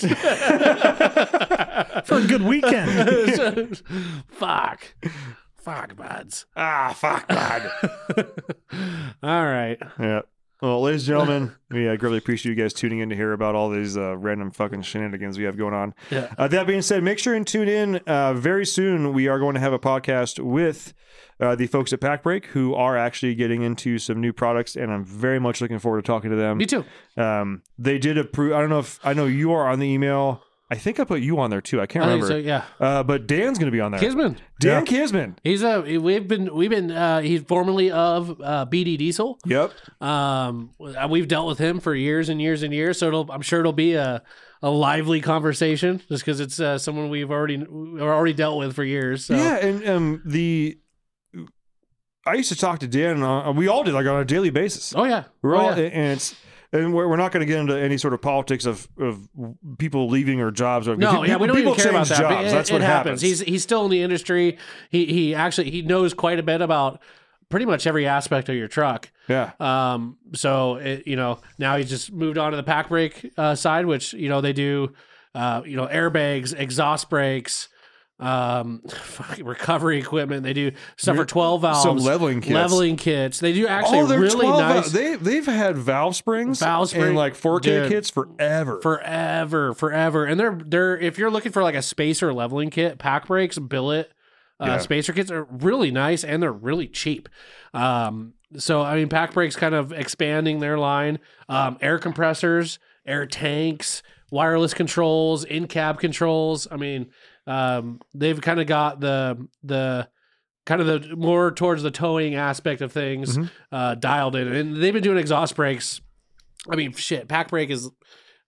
Speaker 3: For a good weekend.
Speaker 2: Fuck. Fuck, buds.
Speaker 1: ah fuck God.
Speaker 2: All right.
Speaker 1: yeah. Well, ladies and gentlemen, we uh, greatly appreciate you guys tuning in to hear about all these uh, random fucking shenanigans we have going on.
Speaker 2: Yeah.
Speaker 1: Uh, that being said, make sure and tune in. Uh, very soon, we are going to have a podcast with uh, the folks at Pack Break who are actually getting into some new products, and I'm very much looking forward to talking to them.
Speaker 2: Me too.
Speaker 1: Um, they did approve. I don't know if I know you are on the email. I think I put you on there too. I can't
Speaker 2: I think
Speaker 1: remember.
Speaker 2: Oh, so. Yeah.
Speaker 1: Uh, but Dan's going to be on there.
Speaker 2: Kisman.
Speaker 1: Dan Kisman.
Speaker 2: He's a we've been we've been uh, he's formerly of uh, BD Diesel.
Speaker 1: Yep.
Speaker 2: Um, we've dealt with him for years and years and years, so it'll, I'm sure it'll be a, a lively conversation just because it's uh, someone we've already we already dealt with for years. So.
Speaker 1: Yeah, and um, the I used to talk to Dan. On, uh, we all did like on a daily basis.
Speaker 2: Oh yeah.
Speaker 1: We're
Speaker 2: oh,
Speaker 1: all
Speaker 2: yeah.
Speaker 1: and it's and we're, we're not going to get into any sort of politics of of people leaving their jobs. Or,
Speaker 2: No,
Speaker 1: pe-
Speaker 2: yeah, we don't
Speaker 1: people
Speaker 2: even care about
Speaker 1: change
Speaker 2: that. but
Speaker 1: Jobs.
Speaker 2: it,
Speaker 1: That's
Speaker 2: it
Speaker 1: what
Speaker 2: happens. He's he's still in the industry. He he actually he knows quite a bit about pretty much every aspect of your truck.
Speaker 1: yeah.
Speaker 2: Um, so it, you know, now he's just moved on to the pack brake uh, side, which you know they do, uh, you know, airbags, exhaust brakes, um, *laughs* fucking recovery equipment. They do stuff for twelve valves,
Speaker 1: Some leveling kits.
Speaker 2: leveling kits. They do actually
Speaker 1: oh, they're
Speaker 2: really
Speaker 1: 12
Speaker 2: nice
Speaker 1: They they've had valve springs,
Speaker 2: Valve spring-
Speaker 1: and like 4K
Speaker 2: dude.
Speaker 1: kits forever.
Speaker 2: forever, forever. And they're they're if you're looking for like a spacer leveling kit, pack brakes, billet, uh,
Speaker 1: Yeah.
Speaker 2: spacer kits are really nice and they're really cheap. Um, so I mean, pack brakes kind of expanding their line. Um, air compressors, air tanks, wireless controls, in cab controls. I mean, um, they've kind of got the the kind of the more towards the towing aspect of things uh, dialed in, and they've been doing exhaust brakes. I mean, shit, pack brake is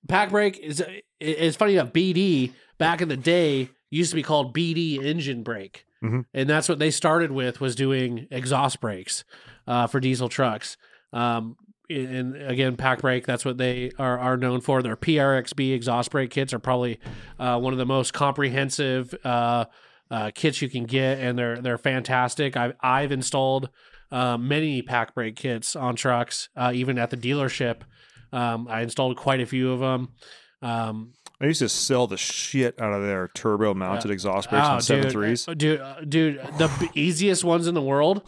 Speaker 2: pack brake is it- it's funny enough. BD back in the day used to be called BD engine brake,
Speaker 1: Mhm.
Speaker 2: and that's what they started with was doing exhaust brakes uh, for diesel trucks. Um, and again, pack brake. That's what they are, are known for. Their PRXB exhaust brake kits are probably uh, one of the most comprehensive uh, uh, kits you can get, and they're they're fantastic. I've I've installed uh, many pack brake kits on trucks, uh, even at the dealership. Um, I installed quite a few of them. Um,
Speaker 1: I used to sell the shit out of their turbo mounted exhaust brakes
Speaker 2: oh,
Speaker 1: on seven
Speaker 2: dude,
Speaker 1: threes.
Speaker 2: uh, dude, uh, dude, the b- easiest ones in the world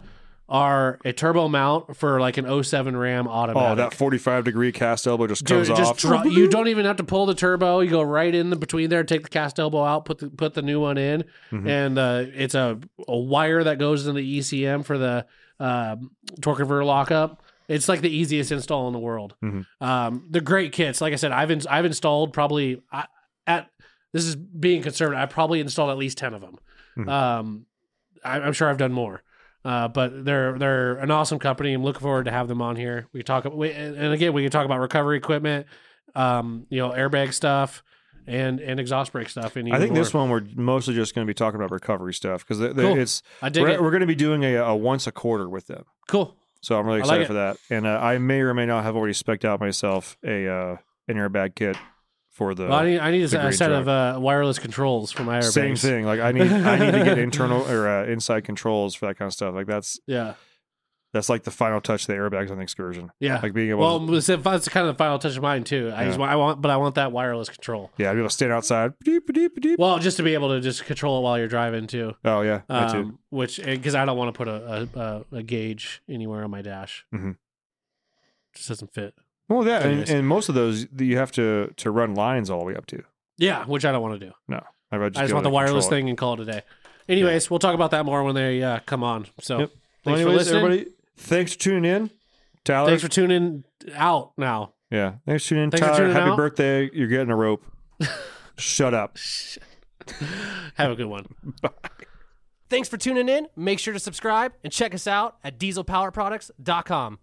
Speaker 2: are a turbo mount for like an 07 Ram automatic.
Speaker 1: Oh, that 45 degree cast elbow just
Speaker 2: Dude,
Speaker 1: comes
Speaker 2: it
Speaker 1: off.
Speaker 2: just dro- you don't even have to pull the turbo. You go right in the between there, take the cast elbow out, put the put the new one in,
Speaker 1: Mm-hmm.
Speaker 2: and uh, it's a, a wire that goes in the ECM for the um torque converter lockup. It's like the easiest install in the world.
Speaker 1: Mhm.
Speaker 2: Um, they're great kits. Like I said, I've in, I've installed probably I, at this is being conservative. I probably installed at least ten of them.
Speaker 1: Mhm.
Speaker 2: Um, I, I'm sure I've done more. Uh, but they're they're an awesome company. I'm looking forward to have them on here. We can talk we, and and again we can talk about recovery equipment, um, you know, airbag stuff, and and exhaust brake stuff. And
Speaker 1: I
Speaker 2: even
Speaker 1: think this
Speaker 2: more.
Speaker 1: one we're mostly just going to be talking about recovery stuff because
Speaker 2: Cool.
Speaker 1: it's
Speaker 2: I dig
Speaker 1: we're,
Speaker 2: it.
Speaker 1: we're going to be doing a, a once a quarter with them.
Speaker 2: cool.
Speaker 1: So I'm really
Speaker 2: I like
Speaker 1: excited for that, and uh, I may or may not have already specked out myself a uh, an airbag kit for the
Speaker 2: Well, I need I need
Speaker 1: the
Speaker 2: a,
Speaker 1: green
Speaker 2: set of uh, wireless controls for my airbags.
Speaker 1: same thing. Like I need I need to
Speaker 2: *laughs*
Speaker 1: get internal or uh, inside controls for that kind of stuff. Like that's
Speaker 2: Yeah,
Speaker 1: that's like the final touch of the airbags on the excursion.
Speaker 2: yeah.
Speaker 1: Like being able,
Speaker 2: well,
Speaker 1: to,
Speaker 2: that's that's kind of the final touch of mine too. I just
Speaker 1: Yeah.
Speaker 2: want, I want, but I want that wireless control.
Speaker 1: yeah, be able to stand outside. Doop, doop, doop.
Speaker 2: Well, just to be able to just control it while you're driving too.
Speaker 1: Oh yeah, me too.
Speaker 2: Um, which because I don't want to put a, a, a, a gauge anywhere on my dash.
Speaker 1: Mhm.
Speaker 2: Just doesn't fit.
Speaker 1: Well, yeah, and,
Speaker 2: anyways.
Speaker 1: and most of those that you have to to run lines all the way up to.
Speaker 2: Yeah, which I don't want to do.
Speaker 1: I'd rather
Speaker 2: I
Speaker 1: be
Speaker 2: just want the
Speaker 1: able to control
Speaker 2: wireless
Speaker 1: it.
Speaker 2: thing and call it a day. Anyways, we'll talk about that more when they uh, come on. So
Speaker 1: Yep. Well,
Speaker 2: thanks
Speaker 1: anyways,
Speaker 2: for listening.
Speaker 1: everybody, thanks for tuning in. Tyler,
Speaker 2: Thanks for tuning out now.
Speaker 1: yeah, thanks for tuning in.
Speaker 2: Thanks for
Speaker 1: Tyler,
Speaker 2: tuning
Speaker 1: happy
Speaker 2: out.
Speaker 1: birthday. You're getting a
Speaker 2: *laughs*
Speaker 1: rope. Shut up.
Speaker 2: Have a
Speaker 1: *laughs*
Speaker 2: good one.
Speaker 4: Thanks for tuning in. Make sure to subscribe and check us out at dieselpowerproducts.com.